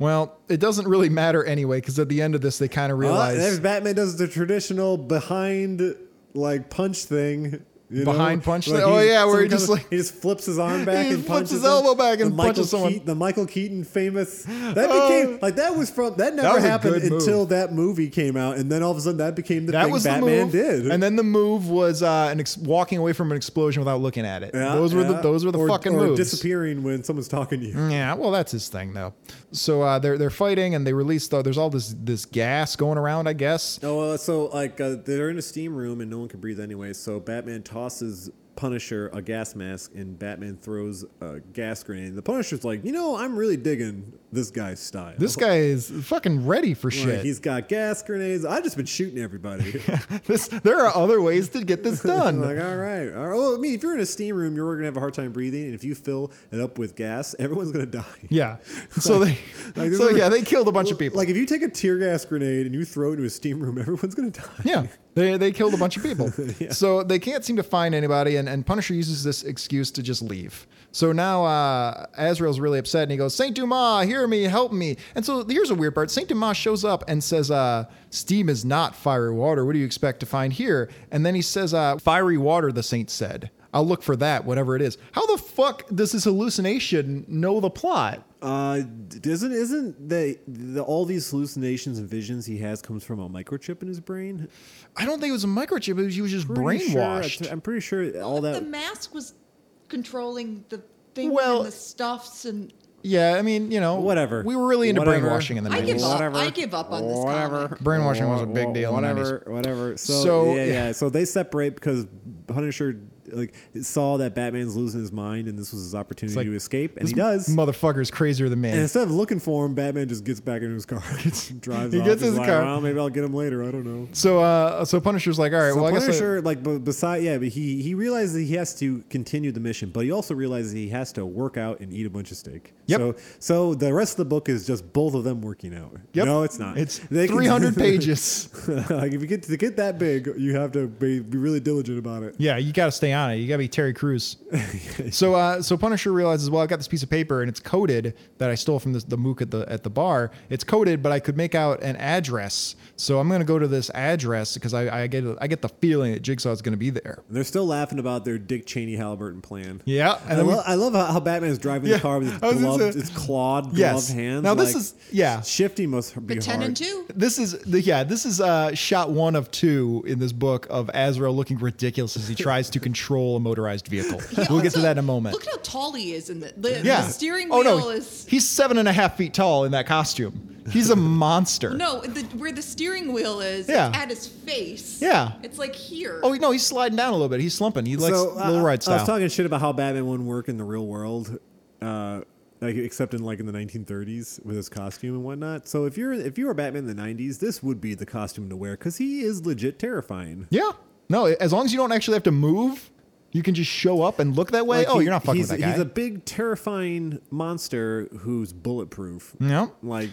Speaker 3: Well, it doesn't really matter anyway because at the end of this, they kind of
Speaker 4: Well,
Speaker 3: realize
Speaker 4: there's Uh, Batman does the traditional behind like punch thing. You
Speaker 3: Behind
Speaker 4: know?
Speaker 3: punch
Speaker 4: Like,
Speaker 3: thing? Oh, yeah, where he
Speaker 4: someone
Speaker 3: just,
Speaker 4: comes-
Speaker 3: like-
Speaker 4: he just flips his arm
Speaker 3: <laughs>
Speaker 4: back
Speaker 3: He
Speaker 4: and
Speaker 3: flips
Speaker 4: punches
Speaker 3: his
Speaker 4: him.
Speaker 3: elbow back and
Speaker 4: The Michael
Speaker 3: punches someone. Oh.
Speaker 4: Keat- the Michael Keaton famous that became like that was from that never
Speaker 3: was a
Speaker 4: happened
Speaker 3: good move.
Speaker 4: until that movie came out, and then all of a sudden that became the
Speaker 3: that
Speaker 4: thing
Speaker 3: was the
Speaker 4: Batman
Speaker 3: move.
Speaker 4: did.
Speaker 3: And then the move was uh, an ex- walking away from an explosion without looking at it.
Speaker 4: Yeah,
Speaker 3: those were the
Speaker 4: yeah.
Speaker 3: those were the
Speaker 4: or,
Speaker 3: fucking
Speaker 4: or
Speaker 3: moves.
Speaker 4: disappearing when someone's talking to you.
Speaker 3: Yeah, well, that's his thing though. So uh, they're they're fighting and they release though. There's all this this gas going around, I guess.
Speaker 4: Oh, uh, so like uh, they're in a steam room and no one can breathe anyway. So Batman tosses Punisher a gas mask, and Batman throws a gas grenade. The Punisher's like, you know, I'm really digging this guy's style.
Speaker 3: This guy is fucking ready for
Speaker 4: Like,
Speaker 3: shit.
Speaker 4: he's got gas grenades. I've just been
Speaker 3: <laughs>
Speaker 4: shooting everybody.
Speaker 3: This, there are other ways to get this
Speaker 4: I'm
Speaker 3: done.
Speaker 4: <laughs> like, all right. all right. Well, I mean, if you're in a steam room, you're going to have a hard time breathing. And if you fill it up with gas, <laughs> everyone's going to die.
Speaker 3: Yeah. So they,
Speaker 4: <laughs> Like,
Speaker 3: so
Speaker 4: there's-
Speaker 3: yeah, they killed a bunch of people.
Speaker 4: Like, if you take a tear gas grenade and you throw it into a steam room, <laughs> everyone's going to die.
Speaker 3: Yeah, they, they killed a bunch of
Speaker 4: <laughs>
Speaker 3: people. So they can't seem to find anybody, and, and Punisher uses this excuse to just leave. So now uh, Azrael's really upset, and he goes, Saint Dumas, hear me, help me. And so here's a weird part Saint Dumas shows up and says, uh, Steam is not fiery water. What do you expect to find here? And then he says, uh, Fiery water, the saint said. I'll look for that, whatever it is. How the fuck does this hallucination know the plot?
Speaker 4: Uh, d- isn't isn't the, the all these hallucinations and visions he has comes from a microchip in his brain?
Speaker 3: I don't think it was a microchip. It was, he was just
Speaker 4: Pretty sure-
Speaker 3: brainwashed.
Speaker 4: I'm pretty sure all
Speaker 5: But
Speaker 4: that.
Speaker 5: the mask was controlling the thing
Speaker 3: Well-
Speaker 5: and the stuffs and
Speaker 3: yeah, I mean, you know,
Speaker 4: Whatever.
Speaker 3: We were really into
Speaker 4: Whatever.
Speaker 3: brainwashing in the
Speaker 5: I
Speaker 3: 90s.
Speaker 5: give up. I give up on this
Speaker 4: Whatever.
Speaker 5: comic.
Speaker 3: Brainwashing was a big deal in the
Speaker 4: Whatever. Whatever. So,
Speaker 3: So-
Speaker 4: yeah, yeah. So they separate because Punisher like saw that Batman's losing his mind, and this was his opportunity
Speaker 3: like,
Speaker 4: to escape, and
Speaker 3: This
Speaker 4: he does.
Speaker 3: Motherfucker's crazier than me.
Speaker 4: and instead of looking for him, Batman just gets back into his car, <laughs> and drives.
Speaker 3: He
Speaker 4: off.
Speaker 3: gets
Speaker 4: He's
Speaker 3: his
Speaker 4: like,
Speaker 3: car.
Speaker 4: Well, maybe I'll get him later. I don't know.
Speaker 3: so, uh, so Punisher's like, all right,
Speaker 4: So
Speaker 3: well, I guess I-
Speaker 4: Punisher, like, but beside, yeah, but he he realizes that he has to continue the mission, but he also realizes he has to work out and eat a bunch of steak.
Speaker 3: Yep.
Speaker 4: So, so the rest of the book is just both of them working out.
Speaker 3: Yep.
Speaker 4: No, it's not.
Speaker 3: It's
Speaker 4: They can- <laughs>
Speaker 3: 300 pages.
Speaker 4: like if you get to get that big, you have to be, be really diligent about it.
Speaker 3: Yeah, you got to stay on it. You got to be Terry
Speaker 4: <laughs>
Speaker 3: Crews. so, uh, so Punisher realizes, well, I got this piece of paper and it's coded that I stole from the, the mook at the at the bar. It's coded, but I could make out an address. So I'm gonna go to this address because I, I get I get the feeling that Jigsaw's gonna be there.
Speaker 4: And they're still laughing about their Dick Cheney Halliburton plan.
Speaker 3: Yeah, and
Speaker 4: I,
Speaker 3: then we-
Speaker 4: lo- I love how, how Batman's driving
Speaker 3: Yeah,
Speaker 4: the car with his
Speaker 3: I was gonna
Speaker 4: gloved,
Speaker 3: say-
Speaker 4: his clawed,
Speaker 3: Yes.
Speaker 4: gloved hands.
Speaker 3: Now this
Speaker 4: like,
Speaker 3: is- yeah.
Speaker 4: shifty must be
Speaker 5: but
Speaker 4: hard.
Speaker 5: 10 and 2
Speaker 3: This is the yeah. This is uh, shot one of two in this book of Azrael looking ridiculous as he tries to control a motorized vehicle. <laughs> we'll get to
Speaker 5: Also,
Speaker 3: that in a moment.
Speaker 5: look at how tall he is in the, the, the
Speaker 3: yeah.
Speaker 5: steering wheel
Speaker 3: oh, no.
Speaker 5: is
Speaker 3: He's seven and a half feet tall in that costume. He's
Speaker 5: <laughs>
Speaker 3: a monster.
Speaker 5: no the, where the steering wheel is
Speaker 3: Yeah.
Speaker 5: it's at his face
Speaker 3: Yeah.
Speaker 5: it's like here
Speaker 3: Oh no, he's sliding down a little bit. He's slumping. He likes
Speaker 4: uh,
Speaker 3: low ride
Speaker 4: I
Speaker 3: style.
Speaker 4: was talking shit about how Batman wouldn't work in the real world, uh, like except in like in the 1930s with his costume and whatnot. So if you're if you were Batman in the 90s, this would be the costume to wear because he is legit terrifying.
Speaker 3: yeah. No, as long as you don't actually have to move, you can just show up and look that way.
Speaker 4: Like,
Speaker 3: oh,
Speaker 4: he-
Speaker 3: you're not fucking with that
Speaker 4: he's-
Speaker 3: guy.
Speaker 4: He's a big, terrifying monster who's bulletproof.
Speaker 3: Yeah.
Speaker 4: Like,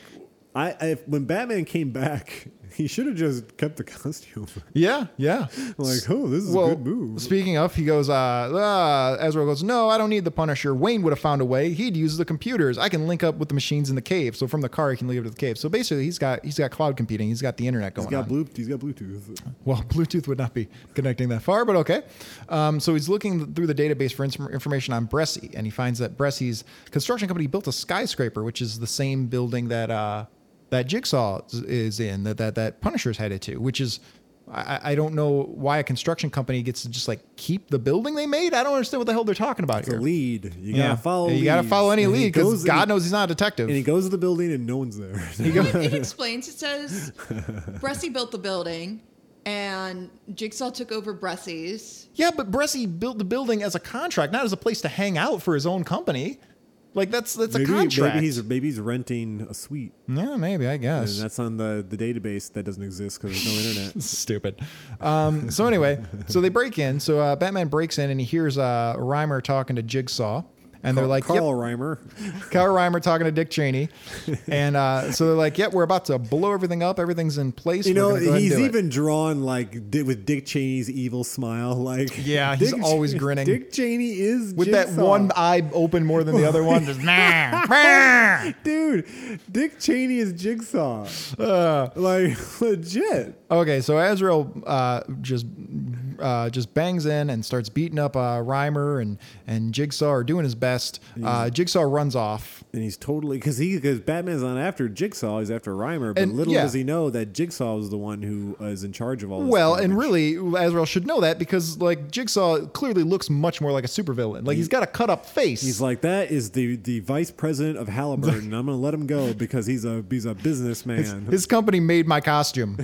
Speaker 4: I, I when Batman came back, <laughs> he should have just kept the costume. <laughs>
Speaker 3: yeah, yeah.
Speaker 4: like, oh, this is a good move.
Speaker 3: Speaking of, he goes, uh, uh, Ezra goes, No, I don't need the Punisher. Wayne would have found a way. He'd use the computers. I can link up with the machines in the cave. So from the car, he can link up to the cave. So basically, he's got he's got cloud computing. He's got the internet going
Speaker 4: He's got,
Speaker 3: on.
Speaker 4: bloop, he's got Bluetooth.
Speaker 3: well, <laughs> Bluetooth would not be connecting that far, but okay. Um, so he's looking through the database for inf- information on Bresci, and he finds that Bresci's construction company built a skyscraper, which is the same building that uh, that Jigsaw is- is in, that that, that Punisher's headed to, which is. I, I- I don't know why a construction company gets to just like keep the building they made. I don't understand what the hell they're talking about
Speaker 4: The
Speaker 3: here.
Speaker 4: lead. You
Speaker 3: Yeah.
Speaker 4: gotta follow.
Speaker 3: You gotta
Speaker 4: leads.
Speaker 3: follow any
Speaker 4: And he
Speaker 3: lead because
Speaker 4: goes-
Speaker 3: God
Speaker 4: and he-
Speaker 3: knows he's not a detective.
Speaker 4: And he goes to the building and no one's there.
Speaker 3: <laughs>
Speaker 5: it explains. It says Bressy built the building, and Jigsaw took over Bressy's.
Speaker 3: Yeah, but Bresci built the building as a contract, not as a place to hang out for his own company. Like that's that's a
Speaker 4: maybe,
Speaker 3: contract.
Speaker 4: maybe he's maybe he's renting a suite,
Speaker 3: yeah, maybe I <laughs>
Speaker 4: and
Speaker 3: guess.
Speaker 4: that's on the, the database that doesn't exist because there's no internet.
Speaker 3: Stupid. Um, so anyway, so they break in. So uh, Batman breaks in and he hears uh, Reimer talking to Jigsaw, and they're <laughs> like,
Speaker 4: Carl
Speaker 3: "Yep, <laughs>
Speaker 4: Reimer.
Speaker 3: Kyle Reimer talking to Dick Cheney,"
Speaker 4: <laughs>
Speaker 3: and uh, so they're like, "Yep, we're about to blow everything up. Everything's in place."
Speaker 4: You
Speaker 3: We're
Speaker 4: know,
Speaker 3: gonna go ahead and
Speaker 4: he's
Speaker 3: do it."
Speaker 4: even drawn like di- with Dick Cheney's evil smile.
Speaker 3: <laughs>
Speaker 4: Like,
Speaker 3: Yeah, he's
Speaker 4: Dick
Speaker 3: always
Speaker 4: Che-
Speaker 3: grinning.
Speaker 4: Dick Cheney is
Speaker 3: with that
Speaker 4: Jigsaw.
Speaker 3: one eye open more than the other one. Just, "Nah, rah."
Speaker 4: <laughs> dude. Dick Cheney is Jigsaw.
Speaker 3: Uh.
Speaker 4: like <laughs> legit.
Speaker 3: Okay, so Azrael uh, just uh, just bangs in and starts beating up uh, Reimer and and Jigsaw are doing his best. Uh, Jigsaw runs off.
Speaker 4: And he's totally because he because Batman's not after Jigsaw, he's after Reimer. But
Speaker 3: And-
Speaker 4: little
Speaker 3: yeah.
Speaker 4: does he know that Jigsaw is the one who uh, is in charge of all. This
Speaker 3: Well, and
Speaker 4: garbage.
Speaker 3: really, Azrael should know that because like Jigsaw clearly looks much more like a supervillain. Like he's got a cut up face.
Speaker 4: He's like that is the, the vice president of Halliburton. I'm gonna let him go because he's a he's
Speaker 3: <laughs>
Speaker 4: a businessman. <laughs>
Speaker 3: his company made my costume,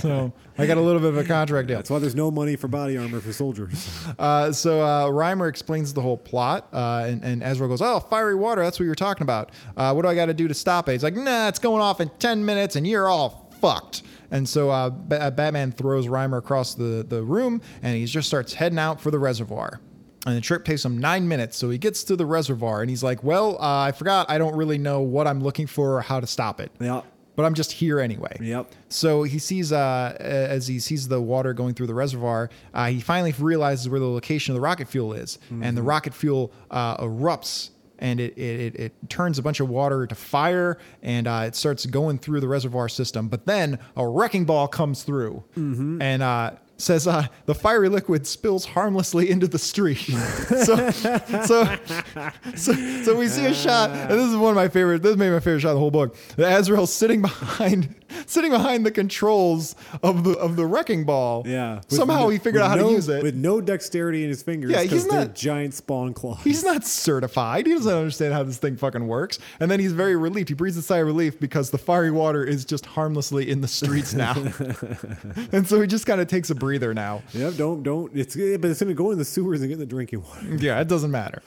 Speaker 3: so I got a little bit of a contract deal.
Speaker 4: That's why there's no money money for body armor
Speaker 3: <laughs>
Speaker 4: for soldiers.
Speaker 3: Uh, so uh, Reimer explains the whole plot, uh, and, and Ezra goes, "Oh, fiery water. That's what you were talking about. Uh, what do I got to do to stop it?" He's like, "Nah, it's going off in ten minutes, and you're all fucked." And so uh, Ba- uh, Batman throws Reimer across the, the room, and he just starts heading out for the reservoir. And the trip takes him nine minutes. So he gets to the reservoir, and he's like, "Well, uh, I forgot. I don't really know what I'm looking for or how to stop it."
Speaker 4: Yeah.
Speaker 3: But I'm just here anyway.
Speaker 4: Yep.
Speaker 3: So he sees, uh, as he sees the water going through the reservoir, uh, he finally realizes where the location of the rocket fuel is, and the rocket fuel uh, erupts. And it, it, it, it turns a bunch of water to fire and uh, it starts going through the reservoir system. But then a wrecking ball comes through and uh, says, uh, The fiery liquid spills harmlessly into the street. <laughs> so, so so, so we see a shot, and this is one of my favorite. This may be my favorite shot of the whole book. Azrael's sitting <laughs> behind, sitting behind the controls of the of the wrecking ball.
Speaker 4: Yeah. With
Speaker 3: Somehow
Speaker 4: no-
Speaker 3: he figured out
Speaker 4: with
Speaker 3: how
Speaker 4: no-
Speaker 3: to use it.
Speaker 4: with no dexterity in his fingers.
Speaker 3: Yeah,
Speaker 4: Yeah,
Speaker 3: he's
Speaker 4: he's
Speaker 3: not-
Speaker 4: giant spawn claws.
Speaker 3: He's not certified. He doesn't understand how this thing fucking works. And then he's very relieved. He breathes a sigh of relief because the fiery water is just harmlessly in the streets
Speaker 4: <laughs>
Speaker 3: now. and so he just kind of takes a breather now.
Speaker 4: <laughs> Yep, don't don't. It's but it's gonna go in the sewers and get in the drinking water.
Speaker 3: yeah, it doesn't matter.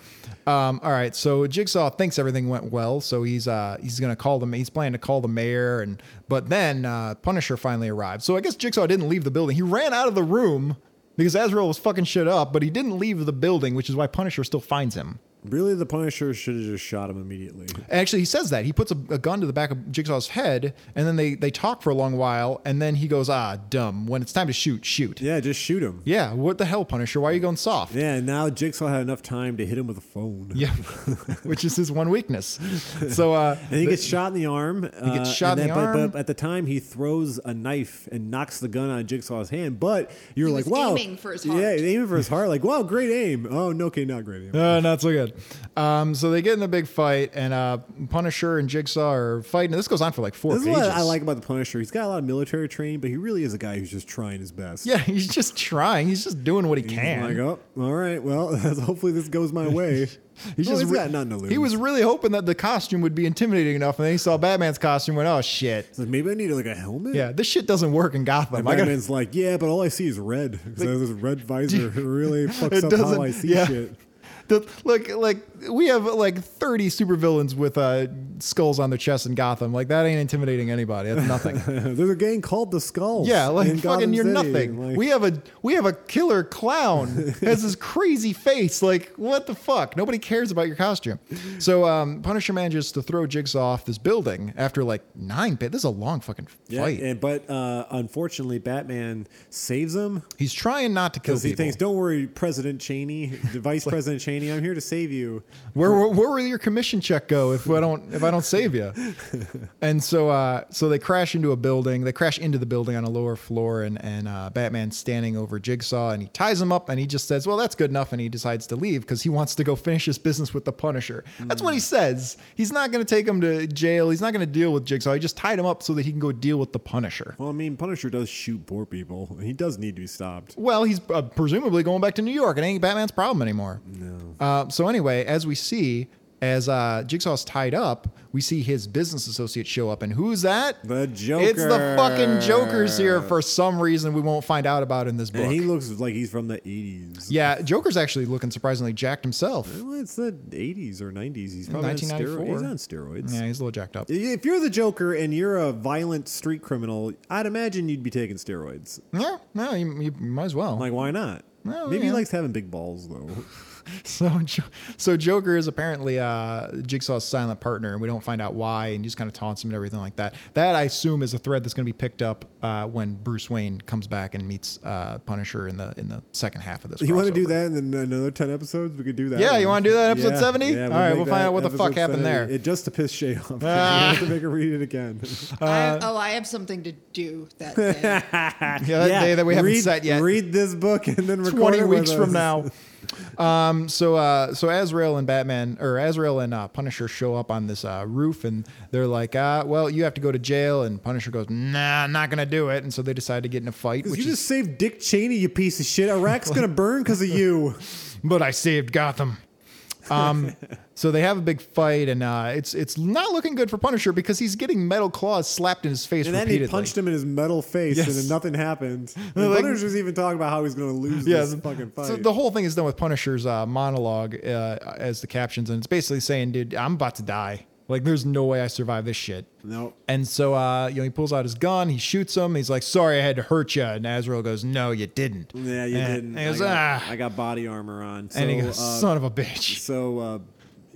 Speaker 3: Um, all right, so Jigsaw thinks everything went well, so he's uh, he's gonna call the he's planning to call the mayor, and but then uh, Punisher finally arrived. So I guess Jigsaw didn't leave the building. He ran out of the room because Azrael was fucking shit up, but he didn't leave the building, which is why Punisher still finds him.
Speaker 4: Really, the Punisher should have just shot him immediately.
Speaker 3: Actually, he says that he puts a, a gun to the back of Jigsaw's head, and then they they talk for a long while, and then he goes, "Ah, dumb. When it's time to shoot, shoot." Yeah,
Speaker 4: Yeah, just shoot him.
Speaker 3: what the hell, Punisher? Why are you going soft?
Speaker 4: Yeah, and now Jigsaw had enough time to hit him with a phone.
Speaker 3: Yeah, <laughs> which is his one weakness. So uh,
Speaker 4: And he gets shot in the arm. He
Speaker 3: gets shot in the arm.
Speaker 4: But, but at the time, he throws a knife and knocks the gun on Jigsaw's hand. But you're
Speaker 5: He
Speaker 4: like,
Speaker 5: was
Speaker 4: wow.
Speaker 5: aiming for his heart.
Speaker 4: Yeah, aiming for his heart. Like, wow, great aim. Oh, no, okay,
Speaker 3: <laughs>
Speaker 4: not great aim.
Speaker 3: Uh, not so good. Um, so they get in the big fight, and uh, Punisher and Jigsaw are fighting. This goes on for like four
Speaker 4: This is
Speaker 3: pages.
Speaker 4: what I like about the Punisher. He's got a lot of military training, but he really is a guy who's just trying his
Speaker 3: <laughs>
Speaker 4: best.
Speaker 3: Yeah, he's just trying. He's just doing what he
Speaker 4: I'm
Speaker 3: can.
Speaker 4: like, oh, all right. Well, <laughs> hopefully this goes my
Speaker 3: <laughs>
Speaker 4: way.
Speaker 3: He's
Speaker 4: oh,
Speaker 3: just
Speaker 4: he's
Speaker 3: re-
Speaker 4: got nothing to lose.
Speaker 3: He was really hoping that the costume would be intimidating enough, and then he saw Batman's costume. and Went, oh shit.
Speaker 4: He's like, maybe I need like a helmet.
Speaker 3: Yeah, this shit doesn't work in Gotham.
Speaker 4: And
Speaker 3: I gotta-
Speaker 4: Batman's like, yeah, but all I see is red. So this red visor really
Speaker 3: <laughs> <laughs>
Speaker 4: fucks
Speaker 3: it
Speaker 4: up
Speaker 3: doesn't.
Speaker 4: how I see
Speaker 3: yeah.
Speaker 4: shit.
Speaker 3: <laughs> The, like, like we have like thirty supervillains with uh, skulls on their chests in Gotham. Like that ain't intimidating anybody. That's
Speaker 4: <laughs>
Speaker 3: nothing.
Speaker 4: There's a gang called the Skulls.
Speaker 3: Yeah, like
Speaker 4: in
Speaker 3: fucking,
Speaker 4: Gotham
Speaker 3: you're
Speaker 4: City.
Speaker 3: nothing.
Speaker 4: Like,
Speaker 3: we have a we have a killer
Speaker 4: <laughs>
Speaker 3: clown has this crazy face. Like what the fuck? Nobody cares about your costume. So um, Punisher manages to throw Jigsaw off this building after like nine. Bit. This is a long fucking
Speaker 4: yeah,
Speaker 3: fight.
Speaker 4: and, but uh, unfortunately, Batman saves him
Speaker 3: He's trying not to kill
Speaker 4: because
Speaker 3: people.
Speaker 4: he thinks, "Don't worry, President
Speaker 3: <laughs>
Speaker 4: Cheney, Vice President Cheney, I'm here to save you."
Speaker 3: where, where where will your commission check go if I don't if I don't save you? And so uh, so they crash into a building. They crash into the building on a lower floor, and and uh, Batman's standing over Jigsaw, and he ties him up, and he just says, "Well, that's good enough," and he decides to leave because he wants to go finish his business with the Punisher. That's what he says. He's not going to take him to jail. He's not going to deal with Jigsaw. He just tied him up so that he can go deal with the Punisher.
Speaker 4: Well, I mean, Punisher does shoot poor people. He does need to be stopped.
Speaker 3: Well, he's uh, presumably going back to New York. It ain't Batman's problem anymore. No. Uh, so anyway, as we see, as uh, Jigsaw's tied up, we see his business associate show up, and who's that?
Speaker 4: The
Speaker 3: It's the fucking Joker's here
Speaker 4: Joker.
Speaker 3: for some reason we won't find out about in this book.
Speaker 4: And he looks like he's from the 80s.
Speaker 3: yeah, Joker's actually looking surprisingly jacked himself.
Speaker 4: Well, it's the 80s or 90s. He's probably on steroids.
Speaker 3: 1994.
Speaker 4: He's on steroids.
Speaker 3: Yeah, he's a little jacked up.
Speaker 4: If you're the Joker and you're a violent street criminal, I'd imagine you'd be taking steroids.
Speaker 3: Yeah, no, you, you might as well.
Speaker 4: Like, why not?
Speaker 3: Well,
Speaker 4: Maybe he
Speaker 3: yeah.
Speaker 4: likes having big balls, though. <laughs>
Speaker 3: <laughs> So, Jo- so Joker is apparently uh, Jigsaw's silent partner, and we don't find out why, and just kind of taunts him and everything like that. That I assume is a thread that's going to be picked up uh, when Bruce Wayne comes back and meets uh, Punisher in the in the second half of this.
Speaker 4: You want to do
Speaker 3: crossover.
Speaker 4: that in another 10 episodes? We could do that.
Speaker 3: Yeah, you
Speaker 4: one.
Speaker 3: wanna do that in episode 70? All right,
Speaker 4: make
Speaker 3: we'll find
Speaker 4: that
Speaker 3: out what the fuck
Speaker 4: episode
Speaker 3: happened
Speaker 4: 70.
Speaker 3: there.
Speaker 4: It, just to piss Shay off. <laughs> We have to make her read it again.
Speaker 3: <laughs> Uh,
Speaker 5: I, oh, I have something to do
Speaker 3: <laughs>
Speaker 5: that day.
Speaker 3: Yeah, that day that we haven't
Speaker 4: read,
Speaker 3: set yet.
Speaker 4: Read this book and then record
Speaker 3: 20
Speaker 4: it with
Speaker 3: weeks from
Speaker 4: us.
Speaker 3: now. <laughs> Um, so, uh, so Azrael and Batman, or Azrael and uh, Punisher show up on this uh, roof, and they're like, uh, "Well, you have to go to jail." And Punisher goes, "Nah, I'm not gonna do it." And so they decide to get in a fight.
Speaker 4: You
Speaker 3: Which is,
Speaker 4: just
Speaker 3: <laughs>
Speaker 4: saved Dick Cheney, you piece of shit. Iraq's going to burn because of you.
Speaker 3: but I saved Gotham. Um, so they have a big fight, and uh, it's it's not looking good for Punisher because he's getting metal claws slapped in his face
Speaker 4: And then
Speaker 3: repeatedly.
Speaker 4: he punched him in his metal face, and
Speaker 3: Yes.
Speaker 4: then
Speaker 3: <laughs>
Speaker 4: nothing happened. The
Speaker 3: Like-
Speaker 4: Punisher's even talking about how he's going to lose this
Speaker 3: the-
Speaker 4: fucking fight.
Speaker 3: So the whole thing is done with Punisher's uh, monologue uh, as the captions, and it's basically saying, "Dude, I'm about to die. Like, there's no way I survive this shit."
Speaker 4: Nope.
Speaker 3: And so, uh, you know, he pulls out his gun, he shoots him. He's like, "Sorry, I had to hurt you." And Azrael goes, "No, you didn't."
Speaker 4: yeah, you
Speaker 3: and,
Speaker 4: didn't.
Speaker 3: And he goes,
Speaker 4: I, got,
Speaker 3: "Ah,"
Speaker 4: I got body armor on. So,
Speaker 3: and he goes,
Speaker 4: uh,
Speaker 3: "Son of a
Speaker 4: <laughs>
Speaker 3: bitch."
Speaker 4: So uh,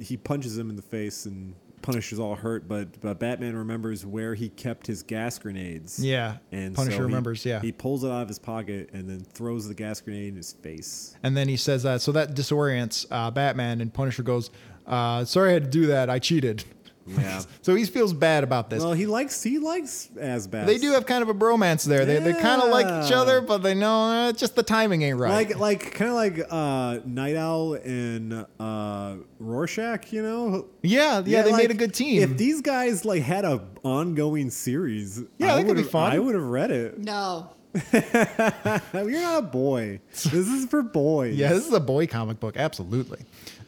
Speaker 4: he punches him in the face, and Punisher's all hurt. But, but Batman remembers where he kept his gas grenades.
Speaker 3: Yeah,
Speaker 4: and
Speaker 3: Punisher
Speaker 4: so he-
Speaker 3: remembers, yeah.
Speaker 4: he pulls it out of his pocket and then throws the gas grenade in
Speaker 3: <laughs>
Speaker 4: his face.
Speaker 3: And then he says that, so that disorients uh, Batman, and Punisher goes, uh, "Sorry, I had to do that. I cheated."
Speaker 4: Yeah.
Speaker 3: So he feels bad about this.
Speaker 4: well, he likes he likes Asbest.
Speaker 3: They do have kind of a bromance there. They, they kind of like each
Speaker 4: Yeah.
Speaker 3: other, but they know eh, just the timing ain't right.
Speaker 4: like like kind of like uh, Night Owl and uh, Rorschach. You know.
Speaker 3: yeah, yeah, they
Speaker 4: like,
Speaker 3: made a good team.
Speaker 4: If these guys like had a ongoing series,
Speaker 3: Yeah, that
Speaker 4: I
Speaker 3: could be
Speaker 4: would've-
Speaker 3: fun.
Speaker 4: I would have read it.
Speaker 5: No.
Speaker 4: Now, You're not a boy. This is for
Speaker 3: <laughs>
Speaker 4: boys.
Speaker 3: yeah, this is a boy comic book, absolutely.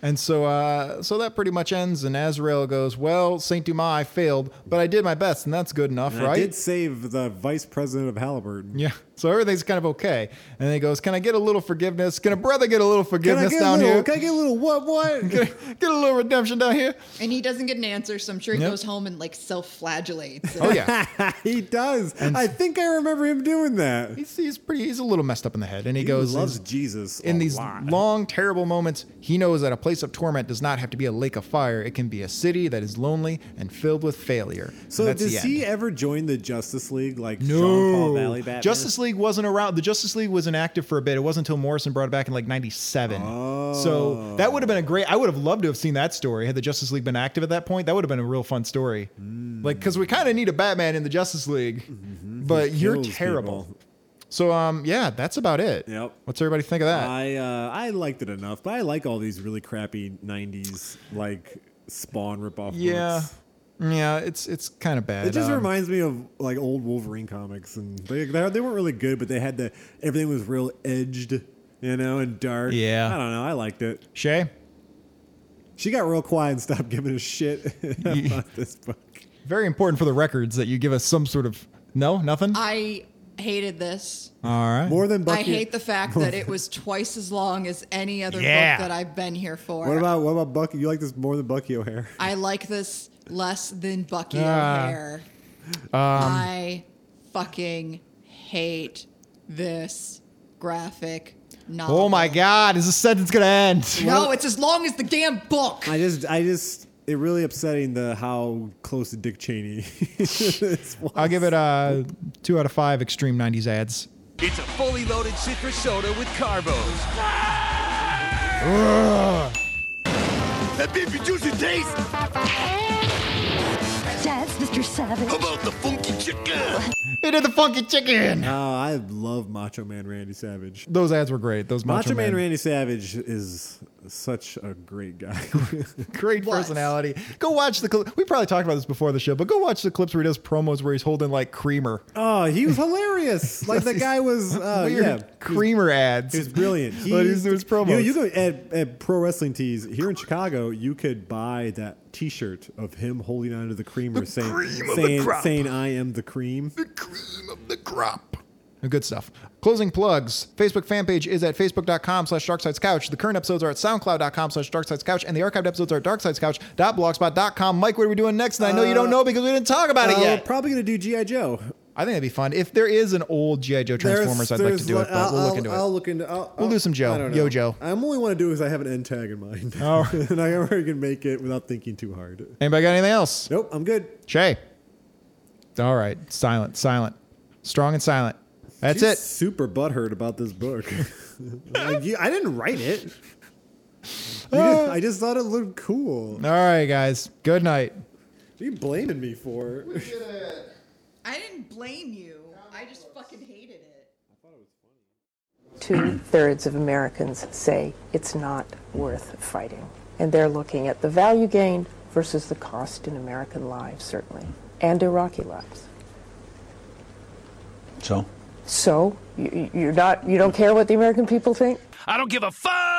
Speaker 3: And so, uh, so that pretty much ends. And Azrael goes, "Well, Saint Dumas, I failed, but I did my best, and that's good enough,
Speaker 4: And
Speaker 3: right?"
Speaker 4: I did save the vice president of Halliburton.
Speaker 3: Yeah. So everything's kind of okay. And then he goes, Can I get a little forgiveness? Can a brother get a little forgiveness
Speaker 4: get
Speaker 3: down
Speaker 4: a little,
Speaker 3: here?
Speaker 4: Can I get a little
Speaker 3: <laughs>
Speaker 4: what what?
Speaker 3: Get a- get a little redemption down here?
Speaker 5: And he doesn't get an answer, so I'm sure he
Speaker 3: Yep.
Speaker 5: goes home and like self-flagellates.
Speaker 3: Oh, yeah.
Speaker 4: <laughs> he does. I think I remember him doing
Speaker 3: <laughs>
Speaker 4: that.
Speaker 3: he's, he's pretty, he's a little messed up in the head. And he,
Speaker 4: He
Speaker 3: goes,
Speaker 4: loves
Speaker 3: he's-
Speaker 4: Jesus
Speaker 3: in
Speaker 4: a
Speaker 3: these
Speaker 4: lot.
Speaker 3: long, terrible moments, he knows that a place of torment does not have to be a lake of fire. It can be a city that is lonely and filled with failure. And
Speaker 4: So
Speaker 3: that's
Speaker 4: does
Speaker 3: the
Speaker 4: he
Speaker 3: end.
Speaker 4: ever join the Justice League like Sean Paul Valley Batman?
Speaker 3: Justice League wasn't around. The Justice League was inactive for a bit. It wasn't until Morrison brought it back in like '97.
Speaker 4: Oh.
Speaker 3: So that would have been a great. I would have loved to have seen that story had the Justice League been active at that point. That would have been a real fun story. Like because we kind of need a Batman in the Justice League, but
Speaker 4: Hmm. Mm-hmm. He
Speaker 3: you're
Speaker 4: kills
Speaker 3: terrible.
Speaker 4: people.
Speaker 3: So um, yeah, that's about it.
Speaker 4: Yep.
Speaker 3: What's everybody think of that?
Speaker 4: I uh, I liked it enough, but I like all these really crappy '90s like Spawn ripoff.
Speaker 3: yeah,
Speaker 4: books.
Speaker 3: yeah. It's it's kind of bad.
Speaker 4: It just
Speaker 3: Um,
Speaker 4: reminds me of like old Wolverine comics, and they they they weren't really good, but they had the everything was real edged, you know, and dark.
Speaker 3: Yeah.
Speaker 4: I don't know. I liked it.
Speaker 3: Shay.
Speaker 4: She got real quiet and stopped <laughs> giving a shit about this book.
Speaker 3: Very important for the records that you give us some sort of no, nothing.
Speaker 5: I hated this.
Speaker 3: All right.
Speaker 4: More than Bucky.
Speaker 5: I hate the fact
Speaker 3: <laughs>
Speaker 5: that it was twice as long as any other
Speaker 3: Yeah.
Speaker 5: book that I've been here for.
Speaker 4: What about what about Bucky? You like this more than Bucky O'Hare?
Speaker 5: I like this less than Bucky
Speaker 3: Ah. Um,
Speaker 5: O'Hare. I fucking hate this graphic novel.
Speaker 3: Oh my God! Is this sentence gonna end?
Speaker 5: No, it's as long as the damn book.
Speaker 4: I just I just it really upsetting the how close to Dick Cheney. this was.
Speaker 3: I'll give it a two out of five extreme 90s ads.
Speaker 2: It's a fully loaded citrus soda with carbos.
Speaker 6: That beefy juicy taste.
Speaker 7: That's Mr. Savage.
Speaker 6: How about the funky chicken?
Speaker 3: It did the funky chicken.
Speaker 4: Oh, I love Macho Man Randy Savage.
Speaker 3: Those ads were great. Those
Speaker 4: Macho, Man, Randy Savage is such a great guy. <laughs>
Speaker 3: great
Speaker 5: Was.
Speaker 3: personality. Go watch the clip. We probably talked about this before the show, but go watch the clips where he does promos where he's holding like creamer,
Speaker 4: oh, he was hilarious.
Speaker 3: <laughs>
Speaker 4: Like that guy was uh,
Speaker 3: weird
Speaker 4: yeah.
Speaker 3: creamer ads.
Speaker 4: He was brilliant.
Speaker 3: <laughs>
Speaker 4: He,
Speaker 3: But he's doing his promos.
Speaker 4: You, know, you go at, at pro wrestling tees here in Chicago. You could buy that T-shirt of him holding onto the creamer, saying,
Speaker 6: cream of the
Speaker 4: saying,
Speaker 6: crop.
Speaker 4: saying, "I am the cream."
Speaker 6: The cream of the crop.
Speaker 3: Good stuff. Closing plugs. Facebook fan page is at facebook.com slash darksidescouch. The current episodes are at soundcloud.com slash darksidescouch, and the archived episodes are at darksidescouch.blogspot.com. Mike, what are we doing next? And I know you don't know because we didn't talk about
Speaker 4: Uh,
Speaker 3: it
Speaker 4: we're
Speaker 3: yet.
Speaker 4: probably gonna do GI Joe.
Speaker 3: I think that'd be fun. If there is an old G.I. Joe Transformers, I'd like to
Speaker 4: There's-
Speaker 3: do it,
Speaker 4: there's-
Speaker 3: but we'll
Speaker 4: I'll,
Speaker 3: look into it.
Speaker 4: I'll look into. I'll,
Speaker 3: We'll do some Joe.
Speaker 4: I don't know.
Speaker 3: Yo, Joe.
Speaker 4: I only want to do is I have an end tag in mind,
Speaker 3: Oh.
Speaker 4: <laughs> and I already can make it without thinking too hard.
Speaker 3: Anybody got anything else?
Speaker 4: Nope, I'm good.
Speaker 3: Shay. All right. Silent, silent. Strong and silent. That's
Speaker 4: She's
Speaker 3: it.
Speaker 4: Super butthurt about this book. <laughs> Like, you- I didn't write it. You didn't-
Speaker 3: Uh.
Speaker 4: I just thought it looked cool.
Speaker 3: All right, guys. Good night.
Speaker 4: You blaming me for? it.
Speaker 5: I didn't blame you. I just fucking hated it.
Speaker 8: Two thirds of Americans say it's not worth fighting. And they're looking at the value gained versus the cost in American lives, certainly, and Iraqi lives.
Speaker 9: So?
Speaker 8: So, you, you're not, you don't care what the American people think?
Speaker 2: I don't give a fuck!